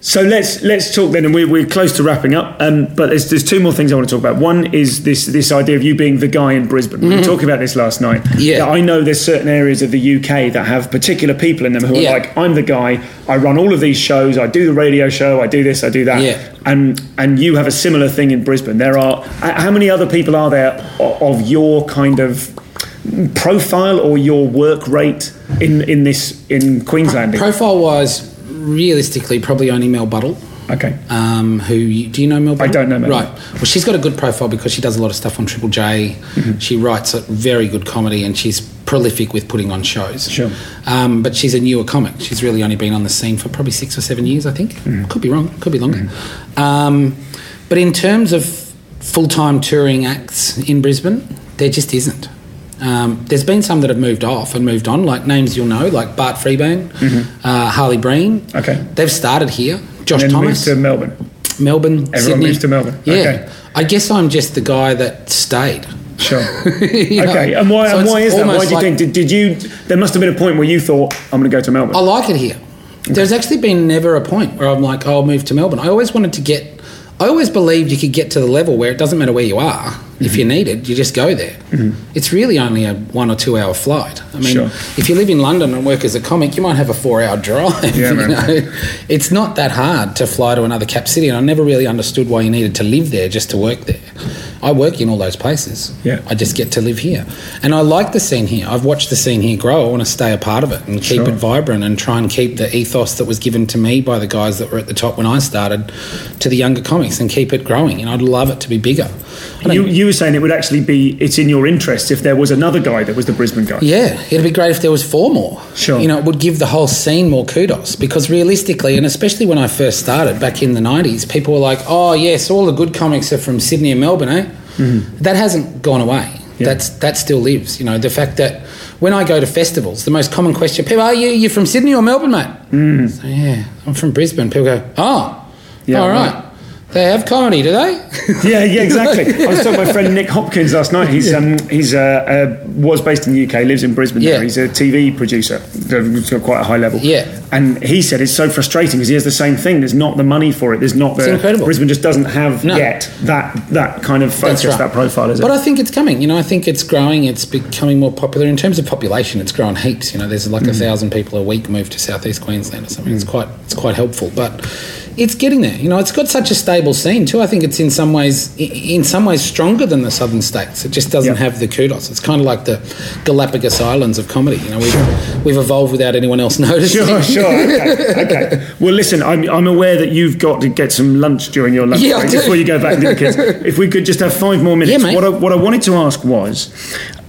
Speaker 1: So let's let's talk then, and we're, we're close to wrapping up. Um, but there's, there's two more things I want to talk about. One is this this idea of you being the guy in Brisbane. We were talking about this last night.
Speaker 6: Mm-hmm. Yeah.
Speaker 1: That I know there's certain areas of the UK that have particular people in them who are
Speaker 6: Yeah.
Speaker 1: like, I'm the guy. I run all of these shows. I do the radio show. I do this. I do that.
Speaker 6: Yeah.
Speaker 1: And and you have a similar thing in Brisbane. There are h- how many other people are there o- of your kind of profile or your work rate in in this in Queensland?
Speaker 6: Profile wise, realistically, probably only Mel Buttle.
Speaker 1: okay.
Speaker 6: Um, who you- do you know Mel? Buttle?
Speaker 1: don't know Mel.
Speaker 6: Right. Well, she's got a good profile because she does a lot of stuff on Triple J.
Speaker 1: Mm-hmm.
Speaker 6: She writes a very good comedy, and she's prolific with putting on shows.
Speaker 1: Sure.
Speaker 6: Um, but she's a newer comic. She's really only been on the scene for probably six or seven years, I think.
Speaker 1: Mm-hmm.
Speaker 6: Could be wrong. Could be longer. Um, but in terms of full-time touring acts in Brisbane, there just isn't. Um, there's been some that have moved off and moved on, like names you'll know, like Bart Freebane, uh, Harley Breen.
Speaker 1: Mm-hmm. Okay.
Speaker 6: They've started here. Josh
Speaker 1: and then
Speaker 6: Thomas.
Speaker 1: moved to Melbourne.
Speaker 6: Melbourne.
Speaker 1: Everyone
Speaker 6: Sydney.
Speaker 1: moves to Melbourne.
Speaker 6: Yeah.
Speaker 1: Okay.
Speaker 6: I guess I'm just the guy that stayed.
Speaker 1: Sure.
Speaker 6: You know?
Speaker 1: okay. And why?
Speaker 6: So
Speaker 1: and why
Speaker 6: it's
Speaker 1: is that? Why
Speaker 6: almost
Speaker 1: do you
Speaker 6: like-
Speaker 1: think? Did, did you? There must have been a point where you thought, "I'm going to go to Melbourne."
Speaker 6: I like it here. There's actually been never a point where I'm like, I'll move to Melbourne. I always wanted to get, I always believed you could get to the level where it doesn't matter where you are.
Speaker 1: Mm-hmm.
Speaker 6: If you're needed, you just go there. It's really only a one or two hour flight. I mean,
Speaker 1: Sure.
Speaker 6: if you live in London and work as a comic, you might have a four hour drive.
Speaker 1: Yeah,
Speaker 6: you
Speaker 1: man.
Speaker 6: know? It's not that hard to fly to another cap city, and I never really understood why you needed to live there just to work there. I work in all those places.
Speaker 1: Yeah.
Speaker 6: I just get to live here. And I like the scene here. I've watched the scene here grow. I want to stay a part of it and keep
Speaker 1: Sure.
Speaker 6: it vibrant and try and keep the ethos that was given to me by the guys that were at the top when I started to the younger comics and keep it growing. And I'd love it to be bigger. I don't-
Speaker 1: you, you were saying it would actually be. It's in your interest if there was another guy that was the Brisbane guy.
Speaker 6: Yeah, it'd be great if there was four more.
Speaker 1: Sure.
Speaker 6: You know, it would give the whole scene more kudos because realistically, and especially when I first started back in the 90s,
Speaker 1: Mm-hmm.
Speaker 6: people were like, oh, yes, all the good comics are from Sydney and Melbourne, eh? That hasn't gone away. That's that still lives. You know, the fact that when I go to festivals, the most common question people are you you from Sydney or Melbourne, mate? So, yeah, I'm from Brisbane. People go, oh,
Speaker 1: Mm. Yeah,
Speaker 6: all right.
Speaker 1: right.
Speaker 6: They have comedy, do they?
Speaker 1: Yeah, yeah, exactly. I was talking to my friend Nick Hopkins last night. He's um, he's uh, uh, was based in the UK, lives in Brisbane.
Speaker 6: Yeah.
Speaker 1: There. He's a TV producer, so quite a high level.
Speaker 6: Yeah.
Speaker 1: and he said it's so frustrating because he has the same thing. There's not the money for it. There's not the
Speaker 6: incredible.
Speaker 1: Brisbane just doesn't have
Speaker 6: No.
Speaker 1: yet that that kind of
Speaker 6: That's
Speaker 1: focus, that profile. Is it?
Speaker 6: But I think it's coming. You know, I think it's growing. It's becoming more popular in terms of population. It's grown heaps. You know, there's like a
Speaker 1: Mm.
Speaker 6: thousand people a week move to southeast Queensland or something. It's quite it's quite helpful. But it's getting there. You know, it's got such a stable scene too. I think it's in some ways i- in some ways stronger than the southern states. It just doesn't
Speaker 1: Yeah.
Speaker 6: have the kudos. It's kind of like the Galapagos Islands of comedy. You know, we've, we've evolved without anyone else noticing.
Speaker 1: Sure, sure. Okay, okay. Well, listen, I'm, I'm aware that you've got to get some lunch during your lunch
Speaker 6: Yeah, I
Speaker 1: break
Speaker 6: do.
Speaker 1: before you go back to the kids. If we could just have five more minutes.
Speaker 6: Yeah, mate.
Speaker 1: What, I, what I wanted to ask was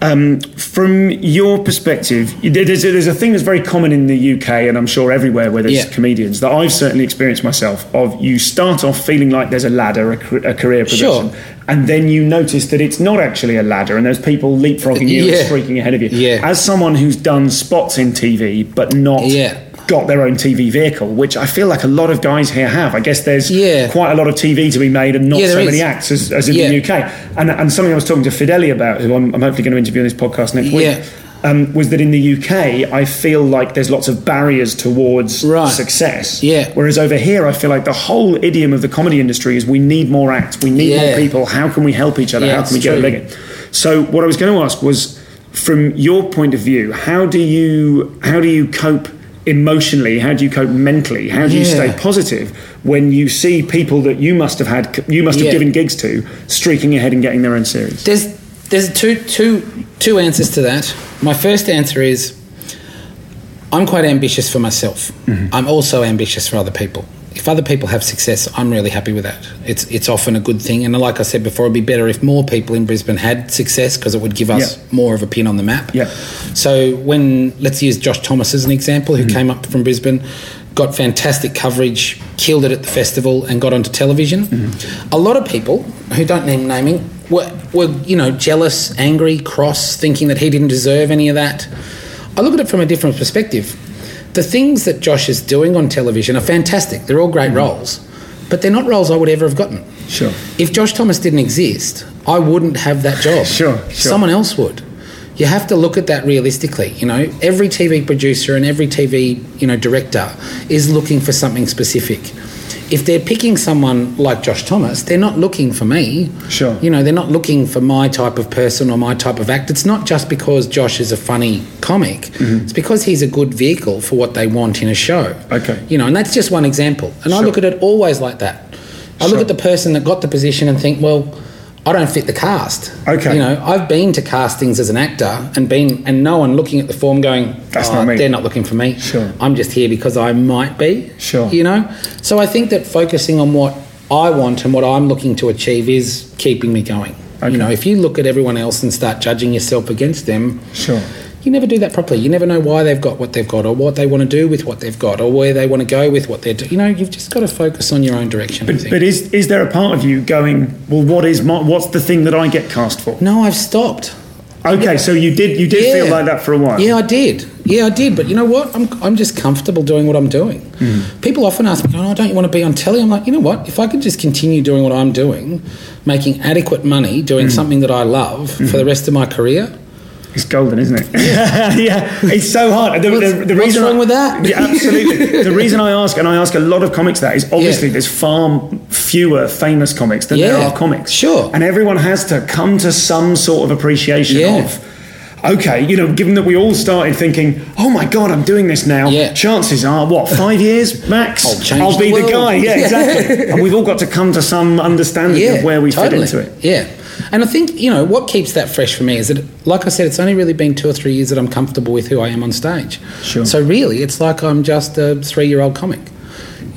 Speaker 1: um, from your perspective, you- there's a, there's a thing that's very common in the UK, and I'm sure everywhere where there's
Speaker 6: Yeah.
Speaker 1: comedians, that I've certainly experienced myself, of you start off feeling like there's a ladder, a, ca- a career progression.
Speaker 6: Sure.
Speaker 1: And then you notice that it's not actually a ladder, and there's people leapfrogging you
Speaker 6: Yeah.
Speaker 1: and streaking ahead of you.
Speaker 6: Yeah.
Speaker 1: As someone who's done spots in TV, but not
Speaker 6: Yeah.
Speaker 1: got their own TV vehicle, which I feel like a lot of guys here have. I guess there's
Speaker 6: Yeah.
Speaker 1: quite a lot of TV to be made and not
Speaker 6: Yeah, there
Speaker 1: so many
Speaker 6: is.
Speaker 1: acts as, as in
Speaker 6: Yeah.
Speaker 1: the UK. And, and something I was talking to Fideli about, who I'm, I'm hopefully going to interview on this podcast next week.
Speaker 6: Yeah.
Speaker 1: Um, was that in the UK? I feel like there's lots of barriers towards
Speaker 6: Right.
Speaker 1: success.
Speaker 6: Yeah.
Speaker 1: Whereas over here, I feel like the whole idiom of the comedy industry is we need more acts, we need
Speaker 6: Yeah.
Speaker 1: more people. How can we help each other?
Speaker 6: Yeah,
Speaker 1: how
Speaker 6: it's
Speaker 1: can we get
Speaker 6: true.
Speaker 1: it bigger? So what I was going to ask was, from your point of view, how do you how do you cope emotionally? How do you cope mentally? How do you
Speaker 6: Yeah.
Speaker 1: stay positive when you see people that you must have had you must have
Speaker 6: Yeah.
Speaker 1: given gigs to streaking ahead and getting their own series?
Speaker 6: There's there's two two two answers to that. My first answer is I'm quite ambitious for myself.
Speaker 1: Mm-hmm.
Speaker 6: I'm also ambitious for other people. If other people have success, I'm really happy with that. It's it's often a good thing, and like I said before, it'd be better if more people in Brisbane had success because it would give us
Speaker 1: Yeah.
Speaker 6: more of a pin on the map.
Speaker 1: Yeah.
Speaker 6: So when let's use Josh Thomas as an example, who came up from Brisbane, got fantastic coverage, killed it at the festival, and got onto television. A lot of people who don't name naming were were you know jealous, angry, cross, thinking that he didn't deserve any of that. I look at it from a different perspective. The things that Josh is doing on television are fantastic. They're all great roles, but they're not roles I would ever have gotten.
Speaker 1: Sure.
Speaker 6: If Josh Thomas didn't exist, I wouldn't have that job.
Speaker 1: Sure, sure.
Speaker 6: Someone else would. You have to look at that realistically. You know, every TV producer and every TV you know director is looking for something specific. If they're picking someone like Josh Thomas, they're not looking for me.
Speaker 1: Sure.
Speaker 6: You know, they're not looking for my type of person or my type of act. It's not just because Josh is a funny comic.
Speaker 1: Mm-hmm.
Speaker 6: It's because he's a good vehicle for what they want in a show.
Speaker 1: Okay.
Speaker 6: You know, and that's just one example. And I look at it always like that. I look at the person that got the position and think, well, I don't fit the cast.
Speaker 1: Okay.
Speaker 6: You know, I've been to castings as an actor and been and no one looking at the form going,
Speaker 1: That's
Speaker 6: "Oh,
Speaker 1: not me."
Speaker 6: They're not looking for me.
Speaker 1: Sure.
Speaker 6: I'm just here because I might be.
Speaker 1: Sure.
Speaker 6: You know? So I think that focusing on what I want and what I'm looking to achieve is keeping me going. You know, if you look at everyone else and start judging yourself against them,
Speaker 1: Sure.
Speaker 6: you never do that properly. You never know why they've got what they've got, or what they want to do with what they've got, or where they want to go with what they're doing. You know, you've just got to focus on your own direction. I think.
Speaker 1: But is is there a part of you going, well, what is my, what's the thing that I get cast for?
Speaker 6: no, I've stopped.
Speaker 1: Okay, so you did you did feel like that for a while.
Speaker 6: Yeah, I did. Yeah, I did. But you know what? I'm, I'm just comfortable doing what I'm doing.
Speaker 1: Mm.
Speaker 6: People often ask me, oh, don't you want to be on telly? I'm like, you know what? If I could just continue doing what I'm doing, making adequate money,
Speaker 1: Mm.
Speaker 6: doing something that I love for the rest of my career,
Speaker 1: It's golden, isn't it? Yeah, it's so hard. The,
Speaker 6: What's-
Speaker 1: the, the
Speaker 6: what's
Speaker 1: reason
Speaker 6: wrong
Speaker 1: I-
Speaker 6: with that?
Speaker 1: Yeah, absolutely. the reason I ask, and I ask a lot of comics that, is obviously
Speaker 6: Yeah.
Speaker 1: there's far fewer famous comics than there
Speaker 6: Yeah,
Speaker 1: are comics.
Speaker 6: sure.
Speaker 1: And everyone has to come to some sort of appreciation
Speaker 6: Yeah.
Speaker 1: of. Okay, you know, given that we all started thinking, "Oh my God, I'm doing this now,"
Speaker 6: Yeah.
Speaker 1: chances are, what five years max,
Speaker 6: I'll change the
Speaker 1: be the,
Speaker 6: world.
Speaker 1: guy. Yeah,
Speaker 6: Yeah.
Speaker 1: exactly. and we've all got to come to some understanding of where we
Speaker 6: totally.
Speaker 1: fit into it.
Speaker 6: Yeah. And I think, you know, what keeps that fresh for me is that, like I said, it's only really been two or three years that I'm comfortable with who I am on stage.
Speaker 1: Sure.
Speaker 6: So really, it's like I'm just a three year old comic.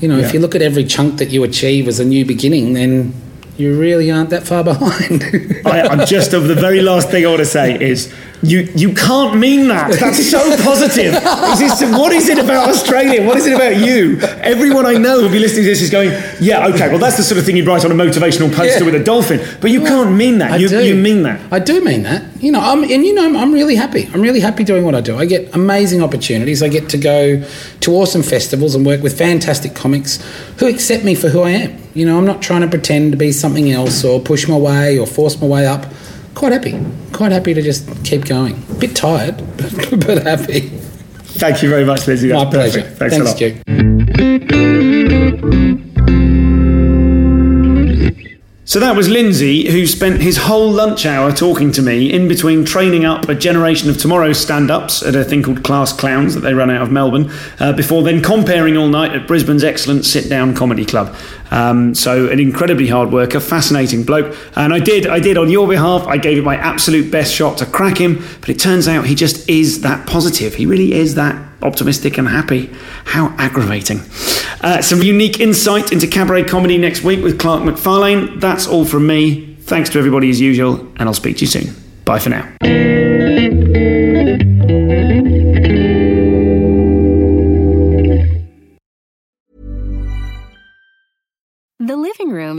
Speaker 6: You know, if
Speaker 1: Yeah.
Speaker 6: you look at every chunk that you achieve as a new beginning, then you really aren't that far behind.
Speaker 1: I, I'm just of the very last thing I want to say is You you can't mean that. That's so positive. Is this, what is it about Australia? What is it about you? Everyone I know who'll be listening to this is going, yeah, okay. Well, that's the sort of thing you'd write on a motivational poster
Speaker 6: Yeah.
Speaker 1: with a dolphin. But you can't mean that.
Speaker 6: I
Speaker 1: you,
Speaker 6: do.
Speaker 1: you mean that.
Speaker 6: I do mean that. You know, I'm, and you know, I'm, I'm really happy. I'm really happy doing what I do. I get amazing opportunities. I get to go to awesome festivals and work with fantastic comics who accept me for who I am. You know, I'm not trying to pretend to be something else or push my way or force my way up. Quite happy. Quite happy to just keep going. Bit tired, but, but happy.
Speaker 1: Thank you very much, Lizzie. That's
Speaker 6: My
Speaker 1: perfect.
Speaker 6: pleasure.
Speaker 1: Thanks, a lot.
Speaker 6: Stu.
Speaker 1: So that was Lindsay, who spent his whole lunch hour talking to me in between training up a generation of tomorrow's stand ups at a thing called Class Clowns that they run out of Melbourne, uh, before then comparing all night at Brisbane's excellent sit down comedy club. Um, so, an incredibly hard worker, fascinating bloke. And I did, I did on your behalf, I gave it my absolute best shot to crack him, but it turns out he just is that positive. He really is that optimistic and happy. How aggravating. Uh, some unique insight into cabaret comedy next week with Clark McFarlane. That's all from me. Thanks to everybody as usual, and I'll speak to you soon. Bye for now.
Speaker 7: The living room